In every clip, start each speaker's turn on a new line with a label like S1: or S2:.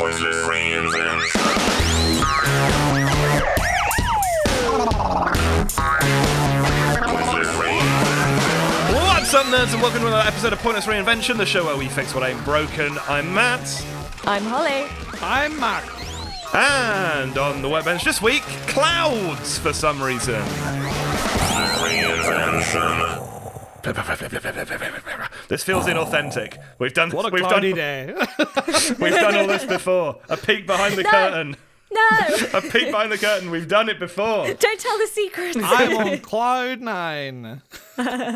S1: with your friends and with your friends.
S2: What's up, nerds, and welcome to another episode of Pointless Reinvention, the show where we fix what ain't broken. I'm Matt,
S3: I'm Holly.
S4: I'm Mark.
S2: and on the workbench this week, clouds for some reason.
S1: Reinvention.
S2: This feels inauthentic. We've done
S4: What a
S2: we've
S4: cloudy
S2: done,
S4: day.
S2: We've done all this before. A peek behind the
S3: No.
S2: curtain.
S3: No,
S2: A peek behind the curtain. We've done it before.
S3: don't tell the secrets.
S4: I'm on cloud nine.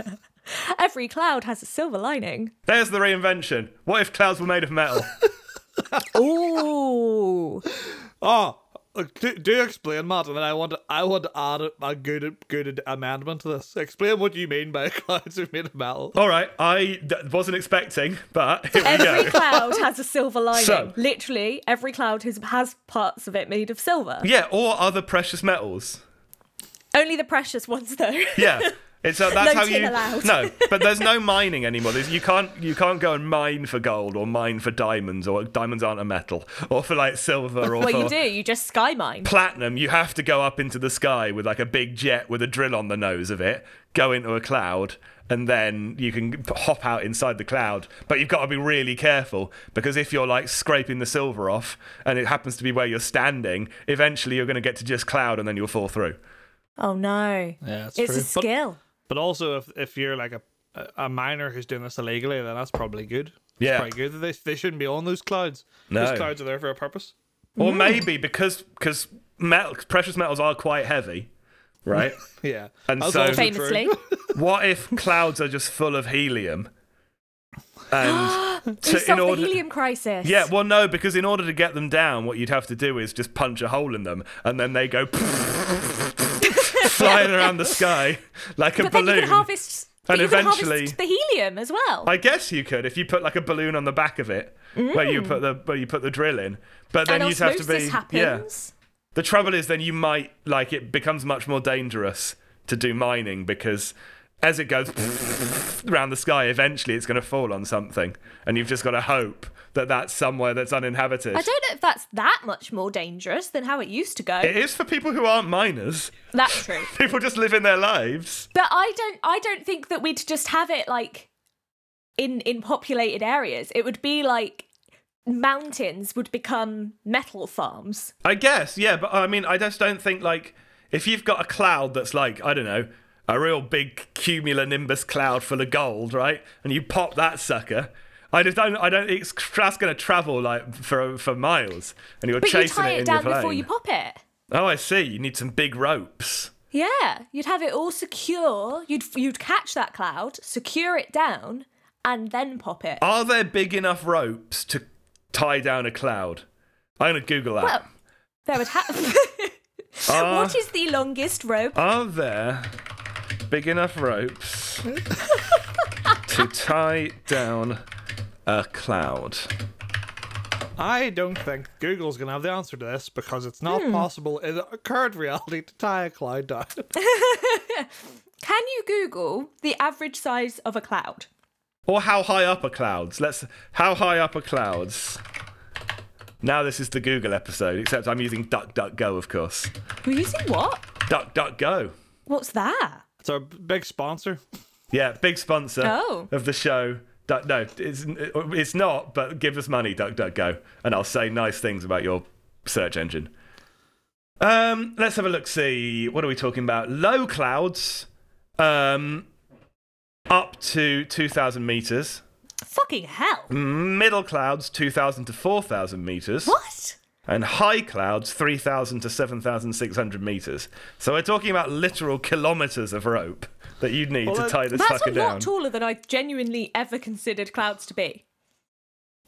S3: Every cloud has a silver lining.
S2: There's the reinvention. What if clouds were made of metal?
S3: Ooh,
S4: Oh, look, do, do explain, Matt. And I want to, I want to add a- a good, good amendment to this. Explain what you mean by clouds are made of metal.
S2: All right, I d- wasn't expecting, but here we
S3: every
S2: go.
S3: cloud has a silver lining.
S2: So-
S3: Literally, every cloud has, has parts of it made of silver.
S2: Yeah, or other precious metals.
S3: Only the precious ones, though.
S2: Yeah. It's uh, that's
S3: No
S2: how
S3: tin
S2: you
S3: allowed.
S2: no, but there's no mining anymore. There's, you can't you can't go and mine for gold or mine for diamonds or diamonds aren't a metal or for like silver or
S3: well,
S2: for
S3: you do. You just sky mine.
S2: platinum. You have to go up into the sky with like a big jet with a drill on the nose of it, go into a cloud, and then you can p- hop out inside the cloud. But you've got to be really careful because if you're like scraping the silver off and it happens to be where you're standing, eventually you're going to get to just cloud and then you'll fall through.
S3: Oh no,
S4: Yeah, it's
S3: it's
S4: true.
S3: a
S4: But-
S3: skill.
S4: But also, if if you're like a a miner who's doing this illegally, then that's probably good. It's
S2: Yeah.
S4: probably good. They they shouldn't be on those clouds.
S2: No.
S4: Those clouds are there for a purpose.
S2: Or maybe because because metal, precious metals are quite heavy, right?
S4: Yeah.
S2: And
S4: That's
S2: so-
S4: also true.
S3: Famously,
S2: what if clouds are just full of helium? And
S3: we
S2: to, in
S3: solved
S2: order,
S3: the helium crisis.
S2: yeah, well, no, because in order to get them down, what you'd have to do is just punch a hole in them, and then they go flying around the sky like a
S3: but
S2: balloon.
S3: then you can harvest. but
S2: And
S3: you can
S2: eventually-
S3: harvest the helium as well.
S2: I guess you could if you put like a balloon on the back of it, where you put the where you put the drill in. But then
S3: Mm. and
S2: you'd have to
S3: osmosis
S2: be yeah.
S3: happens.
S2: The trouble is, then you might like it becomes much more dangerous to do mining because as it goes around the sky, eventually it's going to fall on something, and you've just got to hope that that's somewhere that's uninhabited.
S3: I don't know if that's that much more dangerous than how it used to go.
S2: It is for people who aren't miners.
S3: That's true.
S2: People just living their lives.
S3: But I don't I don't think that we'd just have it like in in populated areas. It would be like mountains would become metal farms.
S2: I guess, yeah, but I mean, I just don't think like if you've got a cloud that's like I don't know a real big cumulonimbus cloud full of gold, right? And you pop that sucker. I just don't. I don't. It's that's going to travel like for for miles, and you're
S3: But you
S2: chasing
S3: tie
S2: it
S3: it
S2: in
S3: down
S2: your
S3: before
S2: plane.
S3: you pop it.
S2: oh, I see. You need some big ropes.
S3: Yeah, you'd have it all secure. You'd you'd catch that cloud, secure it down, and then pop it.
S2: Are there big enough ropes to tie down a cloud? I'm going to Google that.
S3: Well, there would have.
S2: Are-
S3: what is the longest rope?
S2: Are there big enough ropes to tie down a cloud?
S4: I don't think Google's going to have the answer to this because it's not
S3: Hmm.
S4: possible in the current reality to tie a cloud down.
S3: Can you Google the average size of a cloud?
S2: Or how high up are clouds? Let's how high up are clouds? Now this is the Google episode, except I'm using DuckDuckGo, of course.
S3: Were you using what?
S2: DuckDuckGo.
S3: What's that?
S4: It's our big sponsor.
S2: Yeah, big sponsor
S3: Oh.
S2: of the show. Duck, no, it's it's not. But give us money, DuckDuckGo, and I'll say nice things about your search engine. Um, let's have a look. See, what are we talking about? Low clouds, um, up to two thousand meters.
S3: Fucking hell.
S2: Mm. Middle clouds, two thousand to four thousand meters,
S3: What?
S2: and high clouds, three thousand to seven thousand six hundred meters. So we're talking about literal kilometers of rope that you'd need
S4: Well,
S2: to
S4: that-
S2: tie this
S3: That's a
S2: sucker
S3: lot
S2: down.
S3: taller than I genuinely ever considered clouds to be.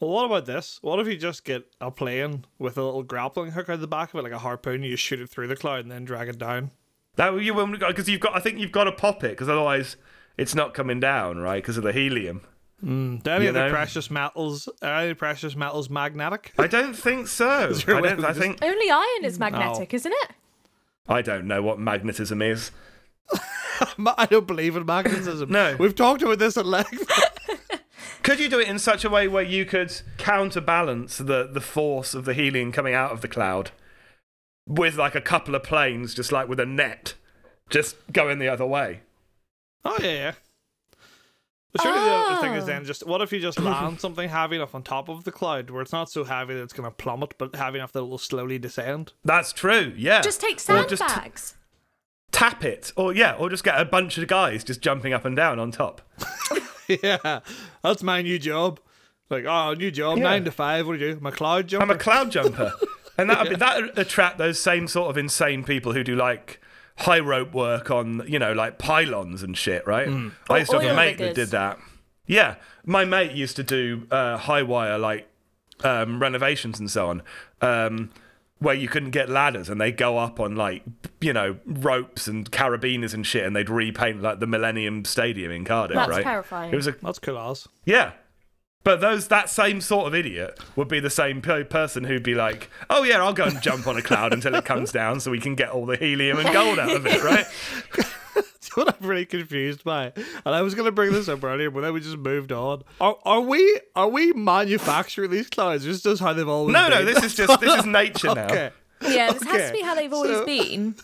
S4: Well, what about this? What if you just get a plane with a little grappling hook at the back of it, like a harpoon, you shoot it through the cloud and then drag it down?
S2: That you won't because you've got. I think you've got to pop it because otherwise it's not coming down, right? Because of the helium.
S4: Mm, do any
S2: You
S4: of the
S2: know?
S4: precious metals, are any precious metals magnetic?
S2: I don't think so.
S4: your
S2: I
S4: way
S2: don't.
S4: we
S2: I
S4: just-
S2: think
S3: Only
S2: Oh.
S3: iron is magnetic, isn't it?
S2: I don't know what magnetism is.
S4: Ma- I don't believe in magnetism.
S2: No.
S4: We've talked about this at length.
S2: Could you do it in such a way where you could counterbalance the, the force of the helium coming out of the cloud with like a couple of planes, just like with a net, just going the other way?
S4: Oh yeah, yeah. But surely the other thing is
S3: Oh.
S4: then just what if you just land something heavy enough on top of the cloud where it's not so heavy that it's gonna plummet, but heavy enough that it will slowly descend.
S2: That's true, yeah.
S3: Just take
S2: Or just t-
S3: sandbags.
S2: tap it, or yeah, or just get a bunch of guys just jumping up and down on top.
S4: yeah, that's my new job. Like oh, new job,
S2: Yeah.
S4: nine to five. What do you do? My cloud jumper.
S2: I'm a cloud jumper, and that would that attract those same sort of insane people who do like high rope work on you know like pylons and shit, right? I used to have
S3: oil
S2: a mate that
S3: riggers.
S2: did that. Yeah, my mate used to do uh, high wire like um, renovations and so on, um, where you couldn't get ladders and they go up on like you know ropes and carabiners and shit, and they'd repaint like the Millennium Stadium in Cardiff.
S3: That's
S2: right?
S3: terrifying.
S2: It was a
S4: That's cool ass.
S2: yeah. But those that same sort of idiot would be the same pe- person who'd be like, "Oh yeah, I'll go and jump on a cloud until it comes down, so we can get all the helium and gold out of it, right?"
S4: what I'm really confused by, and I was gonna bring this up earlier, but then we just moved on. Are, are we are we manufacturing these clouds? Is this how they've always
S2: No,
S4: been?
S2: no, this is just this is nature now.
S4: okay.
S3: Yeah, this has
S4: Okay,
S3: to be how they've always
S4: so-
S3: been.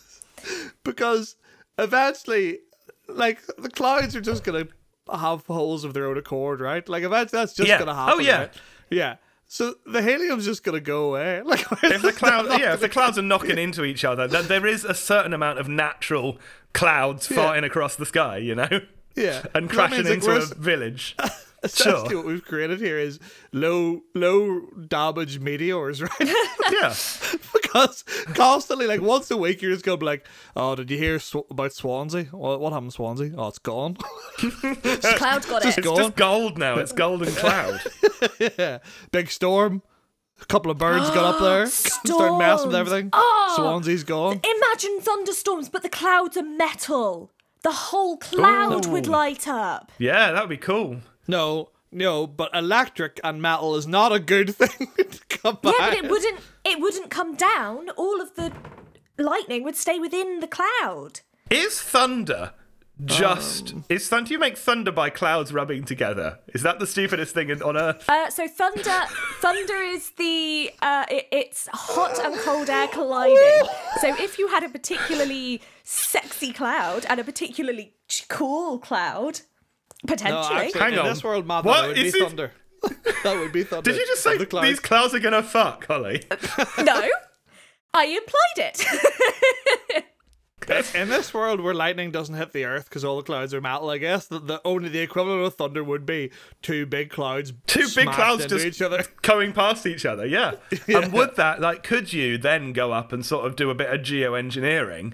S4: because eventually, like the clouds are just gonna have holes of their own accord, right? Like eventually, that's just
S2: Yeah.
S4: gonna
S2: Oh,
S4: happen.
S2: yeah.
S4: right? yeah. So the helium's just gonna go away. Like
S2: If the cloud, yeah, if the clouds are knocking into each other, then there is a certain amount of natural clouds farting across the sky, you know,
S4: yeah,
S2: and
S4: So that
S2: crashing
S4: means, like,
S2: into
S4: we're
S2: a
S4: s-
S2: village.
S4: essentially
S2: Sure.
S4: what we've created here is low low damage meteors, right?
S2: Yeah,
S4: because constantly, like once a week, you're just gonna be like, "Oh, did you hear sw- about Swansea? What, what happened, to Swansea? Oh, it's gone."
S3: Cloud got
S4: Just
S3: it.
S4: go-
S2: it's just gold now. It's golden cloud.
S4: yeah, big storm. A couple of birds got up there, started messing
S3: Storms.
S4: with everything.
S3: Oh.
S4: Swansea's gone.
S3: Imagine thunderstorms, but the clouds are metal. The whole cloud would
S2: Ooh.
S3: light up.
S2: Yeah, that would be cool.
S4: No, no, but electric and metal is not a good thing to combine.
S3: Yeah, but it wouldn't. It wouldn't come down. All of the lightning would stay within the cloud.
S2: Is thunder just
S4: Um.
S2: is thunder? You make thunder by clouds rubbing together. Is that the stupidest thing in- on earth?
S3: Uh, so thunder, thunder is the uh, it, it's hot and cold air colliding. So if you had a particularly sexy cloud and a particularly ch- cool cloud,
S4: No,
S3: potentially,
S4: Oh, actually,
S2: Hang
S4: in
S2: on.
S4: this world, Matt,
S2: What
S4: that would be
S2: is it?
S4: thunder. that would be thunder.
S2: Did you just say
S4: Of the clouds.
S2: these clouds are gonna fuck, Holly?
S3: no, I implied it.
S4: In this world where lightning doesn't hit the earth because all the clouds are metal, I guess the, the only the equivalent of thunder would be two big clouds.
S2: Two big
S4: smashed
S2: clouds
S4: into
S2: just
S4: each other.
S2: going past each other, yeah. And would that like could you then go up and sort of do a bit of geoengineering?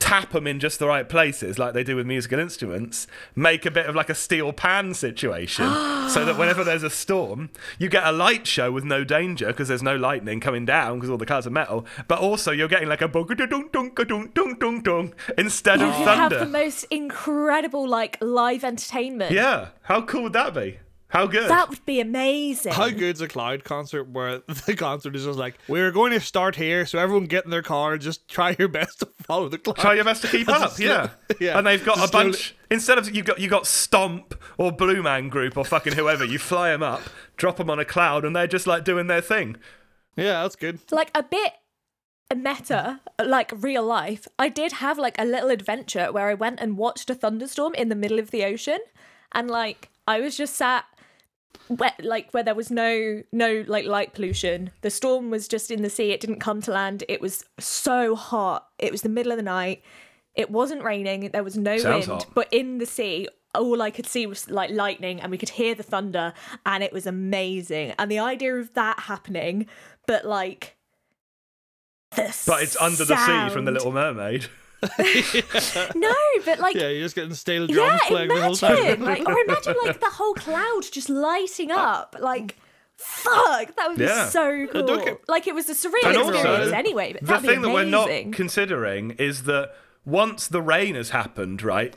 S2: Tap them in just the right places, like they do with musical instruments. Make a bit of like a steel pan situation, so that whenever there's a storm, you get a light show with no danger because there's no lightning coming down because all the clouds are metal. But also, you're getting like a boga dunk dunk dunk dunk dunk dunk instead of
S3: You have the
S2: thunder.
S3: most incredible like live entertainment.
S2: Yeah, how cool would that be? How good?
S3: That would be amazing.
S4: How good's a cloud concert where the concert is just like we're going to start here, so everyone get in their car and just try your best to follow the cloud.
S2: Try your best to keep up, yeah.
S4: yeah,
S2: And they've got a
S4: just
S2: bunch. Instead of you got you got Stomp or Blue Man Group or fucking whoever, you fly them up, drop them on a cloud, and they're just like doing their thing.
S4: Yeah, that's good.
S3: like a bit meta, like real life, I did have like a little adventure where I went and watched a thunderstorm in the middle of the ocean, and like I was just sat. Where, like where there was no no like light pollution the storm was just in the sea it didn't come to land it was so hot it was the middle of the night it wasn't raining there was no
S2: Sounds
S3: wind
S2: hot.
S3: but in the sea all i could see was like lightning and we could hear the thunder and it was amazing and the idea of that happening but like the
S2: But it's under the sea from the
S3: sound-
S2: Little Mermaid.
S3: no but like
S4: Yeah, you're just getting stale drums
S3: yeah,
S4: playing the whole time.
S3: imagine like or imagine like the whole cloud just lighting up like fuck that would be
S2: Uh, Yeah.
S3: so cool
S4: don't get-
S3: like it was a surreal
S2: And
S3: experience
S2: also,
S3: anyway but
S2: the
S3: that'd
S2: thing
S3: be
S2: that we're
S3: amazing.
S2: not considering is that once the rain has happened, right?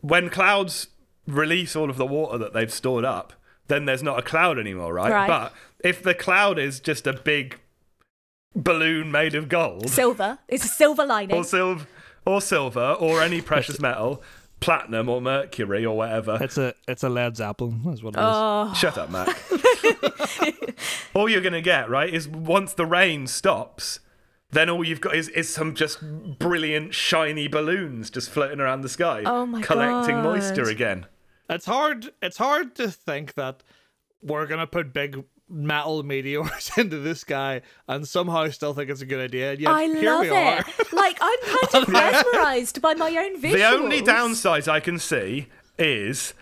S2: When clouds release all of the water that they've stored up, then there's not a cloud anymore, right?
S3: Right.
S2: But if the cloud is just a big balloon made of gold,
S3: silver it's a silver lining
S2: or silver or silver or any precious metal platinum or mercury or whatever.
S4: It's a it's a Led Zeppelin. That's what it is.
S3: Oh,
S2: Shut up, Mac. all you're gonna get, right, is once the rain stops, then all you've got is, is some just brilliant shiny balloons just floating around the sky,
S3: Oh my
S2: collecting
S3: God.
S2: moisture again.
S4: It's hard. It's hard to think that we're gonna put big metal meteors into the sky and somehow still think it's a good idea. And yet,
S3: I
S4: here
S3: love
S4: we are.
S3: it. Like I'm kind of mesmerized by my own visuals.
S2: The only downside I can see is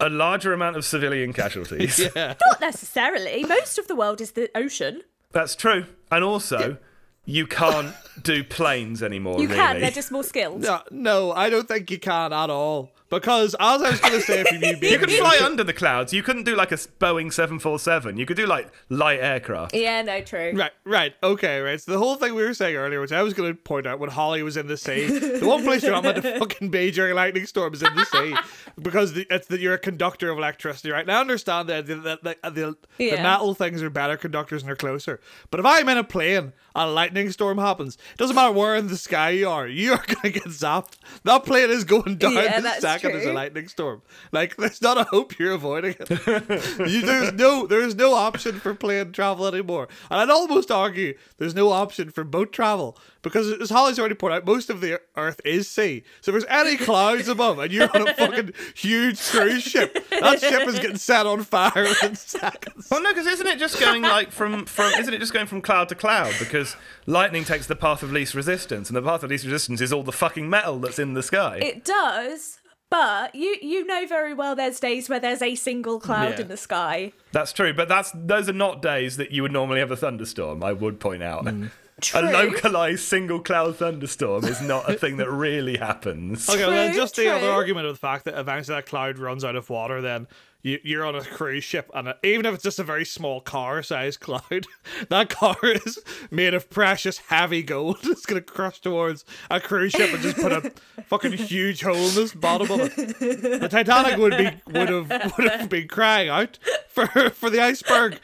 S2: a larger amount of civilian casualties.
S3: not necessarily. Most of the world is the ocean.
S2: That's true. And also, you can't do planes anymore,
S3: You
S2: really.
S3: can. They're just more skilled.
S4: No, no, I don't think you can at all. Because as I was gonna say, from you being
S2: you could fly under the clouds. You couldn't do like a s- Boeing 747. You could do like light aircraft.
S3: Yeah, no, true.
S4: Right, right, okay, right. So the whole thing we were saying earlier, which I was going to point out, when Holly was in the sea, the one place you're not meant to fucking be during a lightning storm is in the sea, because the, it's that you're a conductor of electricity, right? Now I understand that the, the, the, the, the
S3: Yeah.
S4: metal things are better conductors and they're closer. But if I'm in a plane and a lightning storm happens, it doesn't matter where in the sky you are, you're going to get zapped. That plane is going down
S3: Yeah,
S4: the
S3: that's
S4: second there's a
S3: true.
S4: lightning storm. Like, there's not a hope you're avoiding it. You- there's no there's no option for plane travel anymore. And I'd almost argue there's no option for boat travel because as Holly's already pointed out, most of the earth is sea. So if there's any clouds above and you're on a fucking huge cruise ship, that ship is getting set on fire in seconds.
S2: Well, no, because isn't it just going like from, from isn't it just going from cloud to cloud? Because lightning takes the path of least resistance, and the path of least resistance is all the fucking metal that's in the sky.
S3: It does, but you you know very well there's days where there's a single cloud
S4: Yeah.
S3: in the sky.
S2: That's true, but that's those are not days that you would normally have a thunderstorm. I would point out. A
S3: Mm. True.
S2: localized single cloud thunderstorm is not a thing that really happens.
S4: Okay, well, then
S3: True,
S4: just the
S3: true.
S4: other argument of the fact that eventually that cloud runs out of water, then you, you're on a cruise ship, and it- even if it's just a very small car-sized cloud, that car is made of precious heavy gold. It's gonna crush towards a cruise ship and just put a fucking huge hole in this bottom of it. The Titanic would be would have would have been crying out for for the iceberg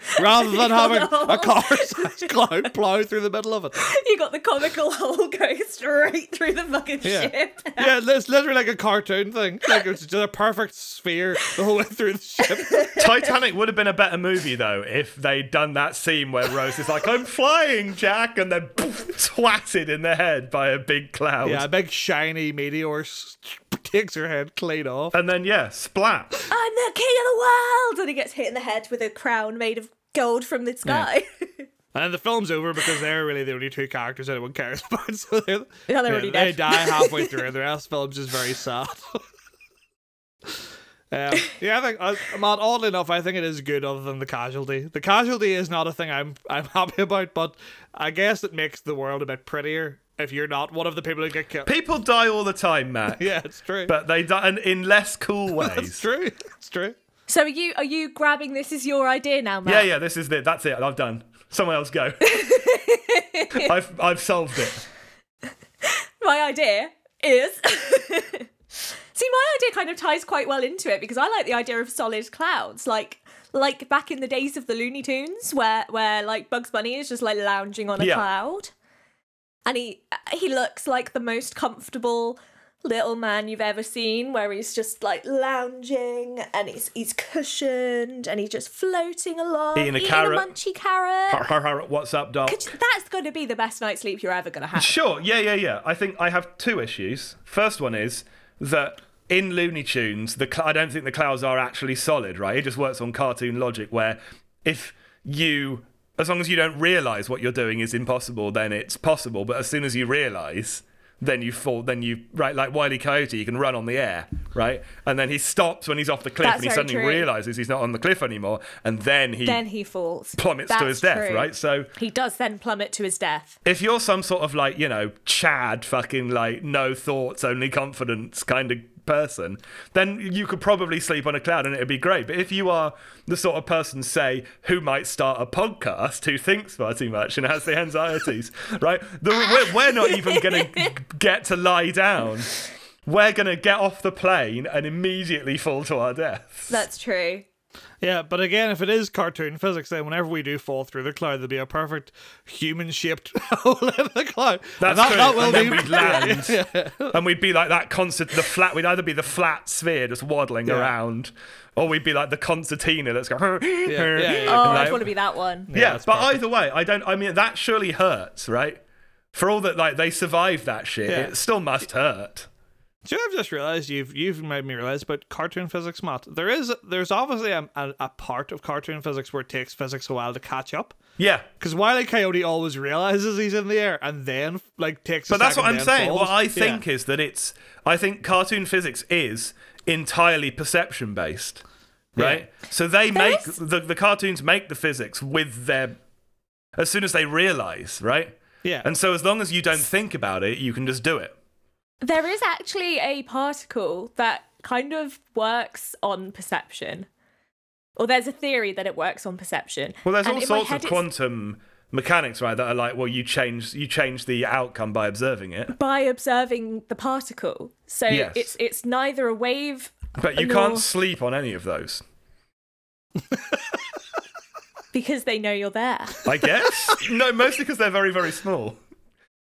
S4: rather than having a car-sized cloud plow through the middle of it.
S3: You got the comical hole going straight through the fucking
S4: Yeah.
S3: ship.
S4: Yeah, it's literally like a cartoon thing. Like it's just a perfect sphere the whole way through the ship.
S2: Titanic would have been a better movie though if they'd done that scene where Rose is like, "I'm flying, Jack," and then poof, twatted in the head by a big cloud,
S4: Yeah, a big shiny meteor s- takes her head clean off.
S2: and then yeah, splat.
S3: I'm the king of the world, and he gets hit in the head with a crown made of gold from the sky.
S4: And then the film's over because they're really the only two characters anyone cares about. So they're,
S3: Yeah, they're already
S4: they
S3: dead.
S4: die halfway through. The rest of the film's just very sad. Um, yeah, I think, uh, Matt, oddly enough, I think it is good other than the casualty. The casualty is not a thing I'm I'm happy about, but I guess it makes the world a bit prettier if you're not one of the people who get killed.
S2: People die all the time, Matt,
S4: Yeah, it's true.
S2: but they die in- in less cool
S4: It's
S2: ways.
S4: true. It's true.
S3: so are you are you grabbing this as your idea now, Matt?
S2: Yeah, yeah, this is it. That's it. I've done. Someone else go. I've I've solved it.
S3: my idea is see my idea kind of ties quite well into it because i like the idea of solid clouds like like back in the days of the looney tunes where where like bugs bunny is just like lounging on a
S2: Yeah.
S3: cloud and he he looks like the most comfortable little man you've ever seen where he's just like lounging and he's he's cushioned and he's just floating along
S2: Eating a carrot.
S3: munchy carrot
S2: Har, har, har, What's up, Doc?
S3: Could you- that's going to be the best night's sleep you're ever going to have
S2: Sure, yeah, yeah, yeah. I think I have two issues. First one is that in Looney Tunes, the cl- I don't think the clouds are actually solid, right? It just works on cartoon logic where if you as long as you don't realize what you're doing is impossible, then it's possible, but as soon as you realize then you fall then you right like Wiley Coyote you can run on the air right and then he stops when he's off the cliff
S3: That's
S2: and he
S3: very
S2: suddenly
S3: true.
S2: realizes he's not on the cliff anymore and then he
S3: then he falls.
S2: plummets to
S3: That's
S2: his death
S3: true.
S2: right so
S3: He does then plummet to his death.
S2: if you're some sort of like you know chad fucking like no thoughts only confidence kind of person then you could probably sleep on a cloud and it'd be great but if you are the sort of person say who might start a podcast who thinks far too much and has the anxieties right the, we're, we're not even gonna get to lie down we're gonna get off the plane and immediately fall to our deaths
S3: That's true.
S4: Yeah, but again, if it is cartoon physics, then whenever we do fall through the cloud, there'll be a perfect human shaped hole in the cloud.
S2: That's
S4: and that,
S2: true.
S4: that will
S2: and then
S4: be
S2: we'd land, and we'd be like that concert. The flat. We'd either be the flat sphere just waddling
S4: Yeah.
S2: around, or we'd be like the concertina that's going.
S4: yeah, yeah.
S3: Oh,
S2: And
S3: I'd
S2: like-
S3: want to be that one.
S2: yeah,
S4: that's
S2: but either way, I don't. I mean, that surely hurts, right? For all that, like they survived that shit,
S4: Yeah.
S2: it still must hurt.
S4: Do you know, I've just realized you've you've made me realize about cartoon physics, Matt. There is there's obviously a, a, a part of cartoon physics where it takes physics a while to catch up.
S2: Yeah,
S4: Because Wile E. Coyote always realizes he's in the air and then like takes.
S2: but that's what I'm saying.
S4: Falls.
S2: What I think is that it's. I think cartoon physics is entirely perception based, right? So they make
S3: There's-
S2: the, the cartoons make the physics with their as soon as they realize, right?
S4: Yeah.
S2: And so as long as you don't think about it, you can just do it.
S3: There is actually a particle that kind of works on perception. Or there's a theory that it works on perception.
S2: Well, there's
S3: And
S2: all
S3: in my
S2: sorts
S3: head
S2: of
S3: it's
S2: quantum mechanics, right? That are like, well, you change you change the outcome by observing it.
S3: by observing the particle. So
S2: Yes.
S3: it's it's neither a wave
S2: But you
S3: nor-
S2: can't sleep on any of those.
S3: because they know you're there.
S2: I guess. no, mostly because they're very, very small.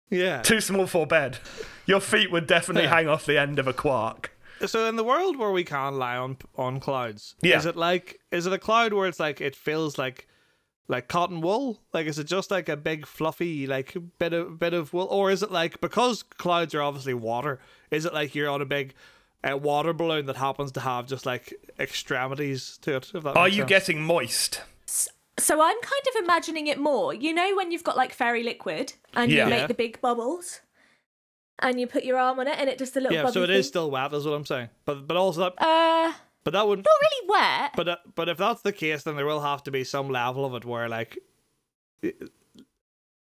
S4: yeah.
S2: Too small for bed. Your feet would definitely
S4: Yeah.
S2: hang off the end of a quark.
S4: So in the world where we can't lie on on clouds,
S2: Yeah.
S4: is it like is it a cloud where it's like it feels like like cotton wool? Like is it just like a big fluffy like bit of bit of wool, or is it like because clouds are obviously water? Is it like you're on a big uh, water balloon that happens to have just like extremities to it? If that
S2: Are
S4: makes
S2: you
S4: sense.
S2: getting moist?
S3: So I'm kind of imagining it more. You know when you've got like fairy liquid and
S2: Yeah.
S3: you
S4: Yeah.
S3: make the big bubbles and you put your arm on it and it just a little
S4: yeah?
S3: bubbly
S4: So it is
S3: thing.
S4: still wet, is what I'm saying. But but also that,
S3: uh
S4: but that wouldn't.
S3: not really wet.
S4: But uh, but if that's the case, then there will have to be some level of it where like. it-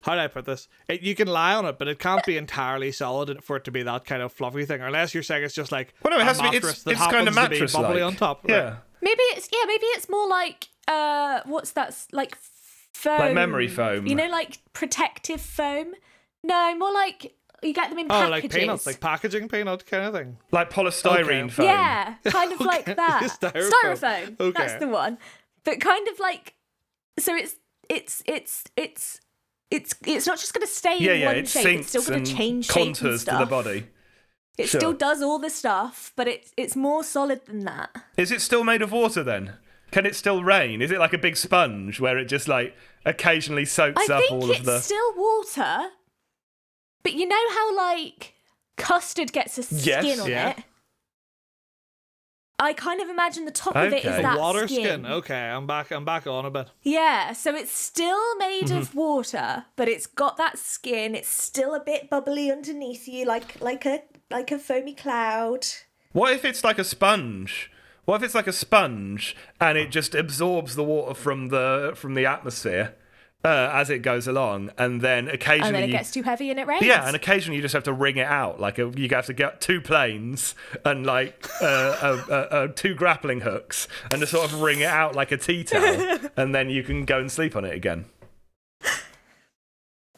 S4: How do I put this? It, you can lie on it, but it can't be entirely solid in- for it to be that kind of fluffy thing, unless you're saying it's just like
S2: Well, no, it
S4: a
S2: has to be.
S4: mattress
S2: It's,
S4: that
S2: it's kind of
S4: happens to be
S2: mattress
S4: bubbly on top. right?
S2: Yeah.
S3: Maybe it's yeah. Maybe it's more like uh, what's that s- like foam?
S2: Like memory foam.
S3: You know, like protective foam. No, more like you get them in
S4: Oh,
S3: packages.
S4: like peanuts, like packaging peanut kind of thing.
S2: Like polystyrene
S4: Okay.
S2: foam.
S3: yeah, kind of like that.
S4: Styrofoam.
S3: Styrofoam.
S4: Okay.
S3: That's the one. But kind of like so it's it's it's it's. It's it's not just going to stay
S2: Yeah,
S3: in
S2: yeah,
S3: one
S2: it
S3: shape.
S2: sinks
S3: It's still going
S2: and
S3: to change shape and
S2: contours to
S3: stuff.
S2: the body.
S3: It
S2: Sure.
S3: still does all the stuff, but it's it's more solid than that.
S2: Is it still made of water then? Can it still rain? Is it like a big sponge where it just like occasionally soaks
S3: I
S2: up
S3: think
S2: all
S3: it's
S2: of the?
S3: still water, but you know how like custard gets a
S2: Yes,
S3: skin on
S4: yeah.
S3: it. I kind of imagine the top of it is
S2: Okay.
S3: that
S4: Water skin. Okay, I'm back. I'm back on a bit.
S3: Yeah, so it's still made
S2: Mm-hmm.
S3: of water, but it's got that skin. It's still a bit bubbly underneath you, like like a like a foamy cloud.
S2: What if it's like a sponge? What if it's like a sponge and it just absorbs the water from the from the atmosphere uh, as it goes along, and then occasionally,
S3: And then it
S2: you-
S3: gets too heavy and it rains.
S2: yeah, and occasionally you just have to wring it out. Like a, you have to get two planes and like uh, uh, uh, uh, two grappling hooks, and to sort of wring it out like a tea towel, and then you can go and sleep on it again.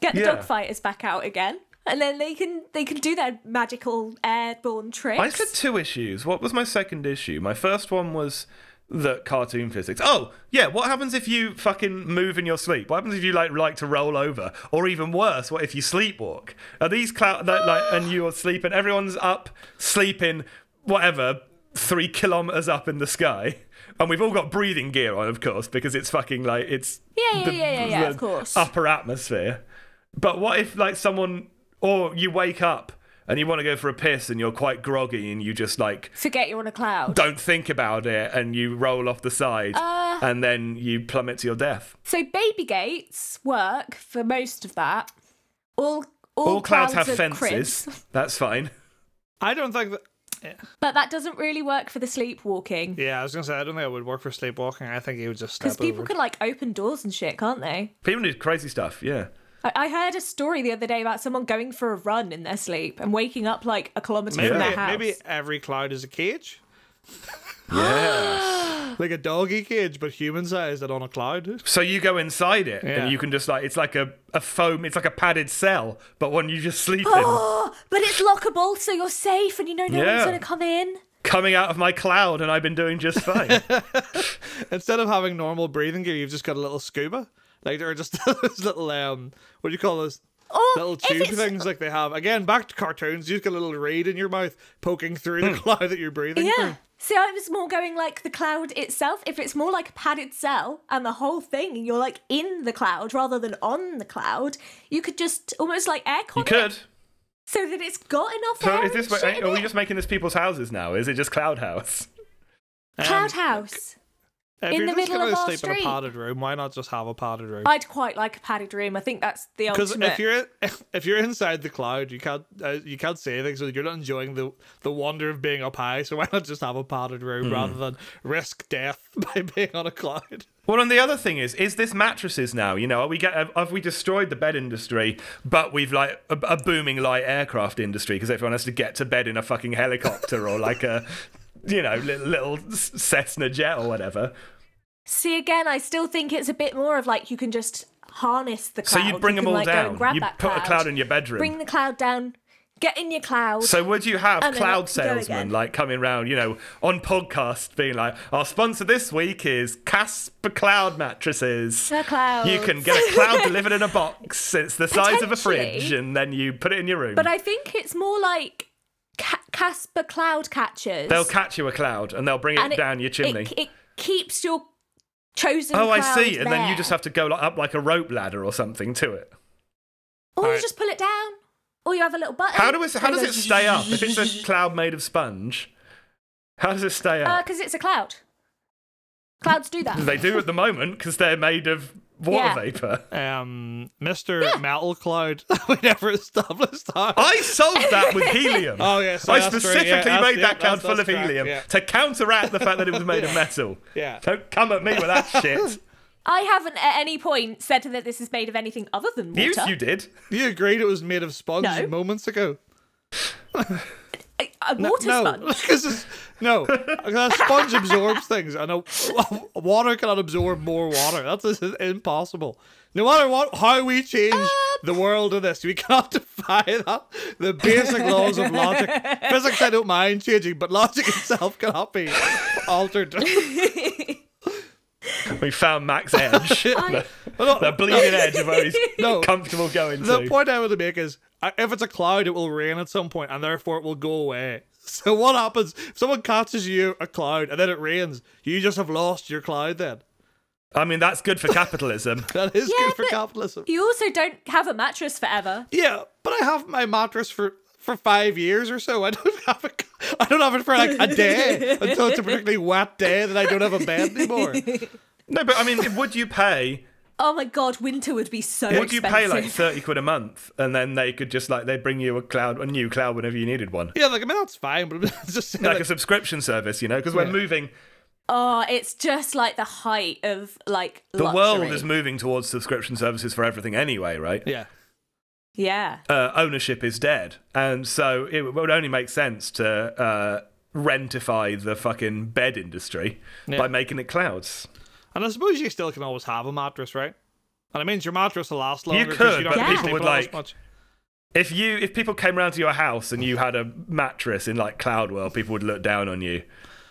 S3: Get the
S2: yeah.
S3: dog fighters back out again. And then they can they can do their magical airborne tricks.
S2: I said two issues. What was my second issue? My first one was the cartoon physics. Oh, yeah, what happens if you fucking move in your sleep? What happens if you like like to roll over? Or even worse, what if you sleepwalk? Are these cloud like, like and you're sleeping everyone's up sleeping whatever 3 kilometers up in the sky? And we've all got breathing gear on, of course, because it's fucking like it's
S3: Yeah, yeah, yeah, yeah, yeah, of course.
S2: upper atmosphere. But what if like someone or you wake up and you want to go for a piss and you're quite groggy and you just like
S3: forget you're on a cloud.
S2: don't think about it and you roll off the side
S3: Uh,
S2: and then you plummet to your death.
S3: So baby gates work for most of that. All all,
S2: All clouds have
S3: are
S2: fences.
S3: cribs,
S2: That's fine.
S4: I don't think that.
S3: but that doesn't really work for the sleepwalking
S4: Yeah, I was gonna say I don't think it would work for sleepwalking. I think you would just step
S3: because people
S4: over.
S3: can like open doors and shit, can't they?
S2: People do crazy stuff, yeah.
S3: I, I heard a story the other day about someone going for a run in their sleep and waking up like a kilometer
S4: Maybe,
S3: from their
S2: Yeah.
S3: house.
S4: maybe every cloud is a cage,
S2: Yeah.
S4: like a doggy cage, but human sized and on a cloud.
S2: so you go inside it
S4: Yeah.
S2: and you can just like it's like a, a foam it's like a padded cell, but one you just sleep in.
S3: Oh, but it's lockable, so you're safe and you know no
S2: Yeah.
S3: one's gonna come in.
S2: coming out of my cloud and I've been doing just fine.
S4: Instead of having normal breathing gear, you've just got a little scuba. Like, or just those little, um, what do you call those?
S3: Or
S4: Little
S3: if
S4: tube
S3: it's-
S4: things like they have. Again, back to cartoons, you've got a little reed in your mouth poking through the cloud that you're breathing
S3: Hmm. Yeah.
S4: through.
S3: See, I was more going like the cloud itself. If it's more like a padded cell and the whole thing, and you're like in the cloud rather than on the cloud, you could just almost like aircon
S2: you
S3: it
S2: could.
S3: so that it's got enough
S2: So
S3: air.
S2: is this?
S3: and shit in
S2: Are we
S3: it.
S2: just making this people's houses now? Is it just cloud house?
S3: cloud
S4: Um,
S3: house?
S4: If
S3: in
S4: you're
S3: the
S4: just
S3: middle
S4: gonna
S3: of our
S4: sleep in a
S3: street.
S4: padded room, why not just have a padded room?
S3: I'd quite like a padded room. I think that's the
S4: Because
S3: ultimate.
S4: if you're if you're inside the cloud, you can't uh, you can't see anything, so you're not enjoying the the wonder of being up high. So why not just have a padded room rather than risk death by being on a cloud?
S2: Well, and the other thing is, is this mattresses now? You know, are we get have, have we destroyed the bed industry, but we've like a, a booming light aircraft industry because everyone has to get to bed in a fucking helicopter or like a, you know, little, little Cessna jet or whatever.
S3: See, again, I still think it's a bit more of like you can just harness the
S2: So
S3: cloud.
S2: you bring
S3: you
S2: them
S3: can,
S2: all
S3: like, Go
S2: down.
S3: and grab
S2: You
S3: that
S2: put
S3: cloud,
S2: a cloud in your bedroom.
S3: Bring the cloud down. Get in your cloud.
S2: So would you have
S3: And then
S2: cloud
S3: up you go
S2: salesmen
S3: again.
S2: like coming round, you know, on podcasts being like, our sponsor this week is Casper Cloud Mattresses.
S3: The clouds.
S2: You can get a cloud delivered in a box. It's the size of a fridge,
S3: Oh. Potentially.
S2: and then you put it in your room.
S3: But I think it's more like ca- Casper cloud catchers.
S2: they'll catch you a cloud and they'll bring it
S3: and it-
S2: down your chimney.
S3: It, it keeps your chosen.
S2: oh, I
S3: cloud
S2: see. And then you
S3: there.
S2: just have to go like, up like a rope ladder or something to it.
S3: Or you
S4: Alright.
S3: just pull it down. Or you have a little button.
S2: How do it, How
S3: that
S2: does it
S3: goes
S2: stay up if it's a cloud made of sponge? How does it stay up?
S3: Because Uh, it's a cloud. Clouds do that.
S2: they do at the moment because they're made of water
S3: Uh, Yeah.
S2: vapor.
S4: Um, Mister Metal Cloud, we never established that.
S2: I solved that with helium.
S4: Oh, yeah, so
S2: I
S4: that's true, yeah,
S2: specifically
S4: that's-
S2: made
S4: yeah,
S2: that cloud
S4: that's-
S2: full of
S4: that's correct,
S2: helium
S4: yeah.
S2: to counteract the fact that it was made of metal.
S4: Yeah.
S2: Don't come at me with that shit.
S3: I haven't at any point said that this is made of anything other than water.
S2: you, you did.
S4: You agreed it was made of sponge
S3: No.
S4: moments ago.
S3: A- a water
S4: no,
S3: sponge.
S4: 'cause it's- no, 'cause a sponge absorbs things, and a, water cannot absorb more water. That's just impossible. No matter what, how we change the world of this, we cannot defy that. The basic laws of logic, physics, I don't mind changing, but logic itself cannot be altered.
S2: We found Max Edge. the,
S4: No,
S2: the bleeding edge of where he's
S4: No.
S2: comfortable going
S4: the
S2: to.
S4: point I want to make is uh, if it's a cloud, it will rain at some point, and therefore it will go away. So what happens if someone catches you a cloud and then it rains? You just have lost your cloud. Then
S2: I mean, that's good for capitalism.
S4: that is
S3: Yeah,
S4: good for
S3: but-
S4: capitalism.
S3: You also don't have a mattress forever.
S4: Yeah, but I have my mattress for for five years or so. I don't have a, I don't have it for like a day until it's a particularly wet day that I don't have a bed anymore.
S2: No, but I mean, would you pay?
S3: Oh my god, winter would be so
S2: Would you pay
S3: expensive.
S2: like thirty quid a month, and then they could just like they bring you a cloud, a new cloud whenever you needed one,
S4: Yeah, like I mean that's fine, but it's just saying,
S2: like
S4: like,
S2: a subscription service, you know? Because we're
S4: Yeah.
S2: moving
S3: oh, it's just like the height of like
S2: the world is moving towards subscription services for everything anyway, right?
S4: yeah.
S3: Yeah.
S2: Uh, ownership is dead, and so it would only make sense to uh, rentify the fucking bed industry
S4: Yeah.
S2: by making it clouds.
S4: And I suppose you still can always have a mattress, right? And it means your mattress will last longer. 'cause
S2: could,
S4: you don't
S3: but
S4: have to
S3: people
S4: sleep
S2: would
S4: on as
S2: like-
S4: much.
S2: If you if people came round to your house and you had a mattress in like cloud world, people would look down on you.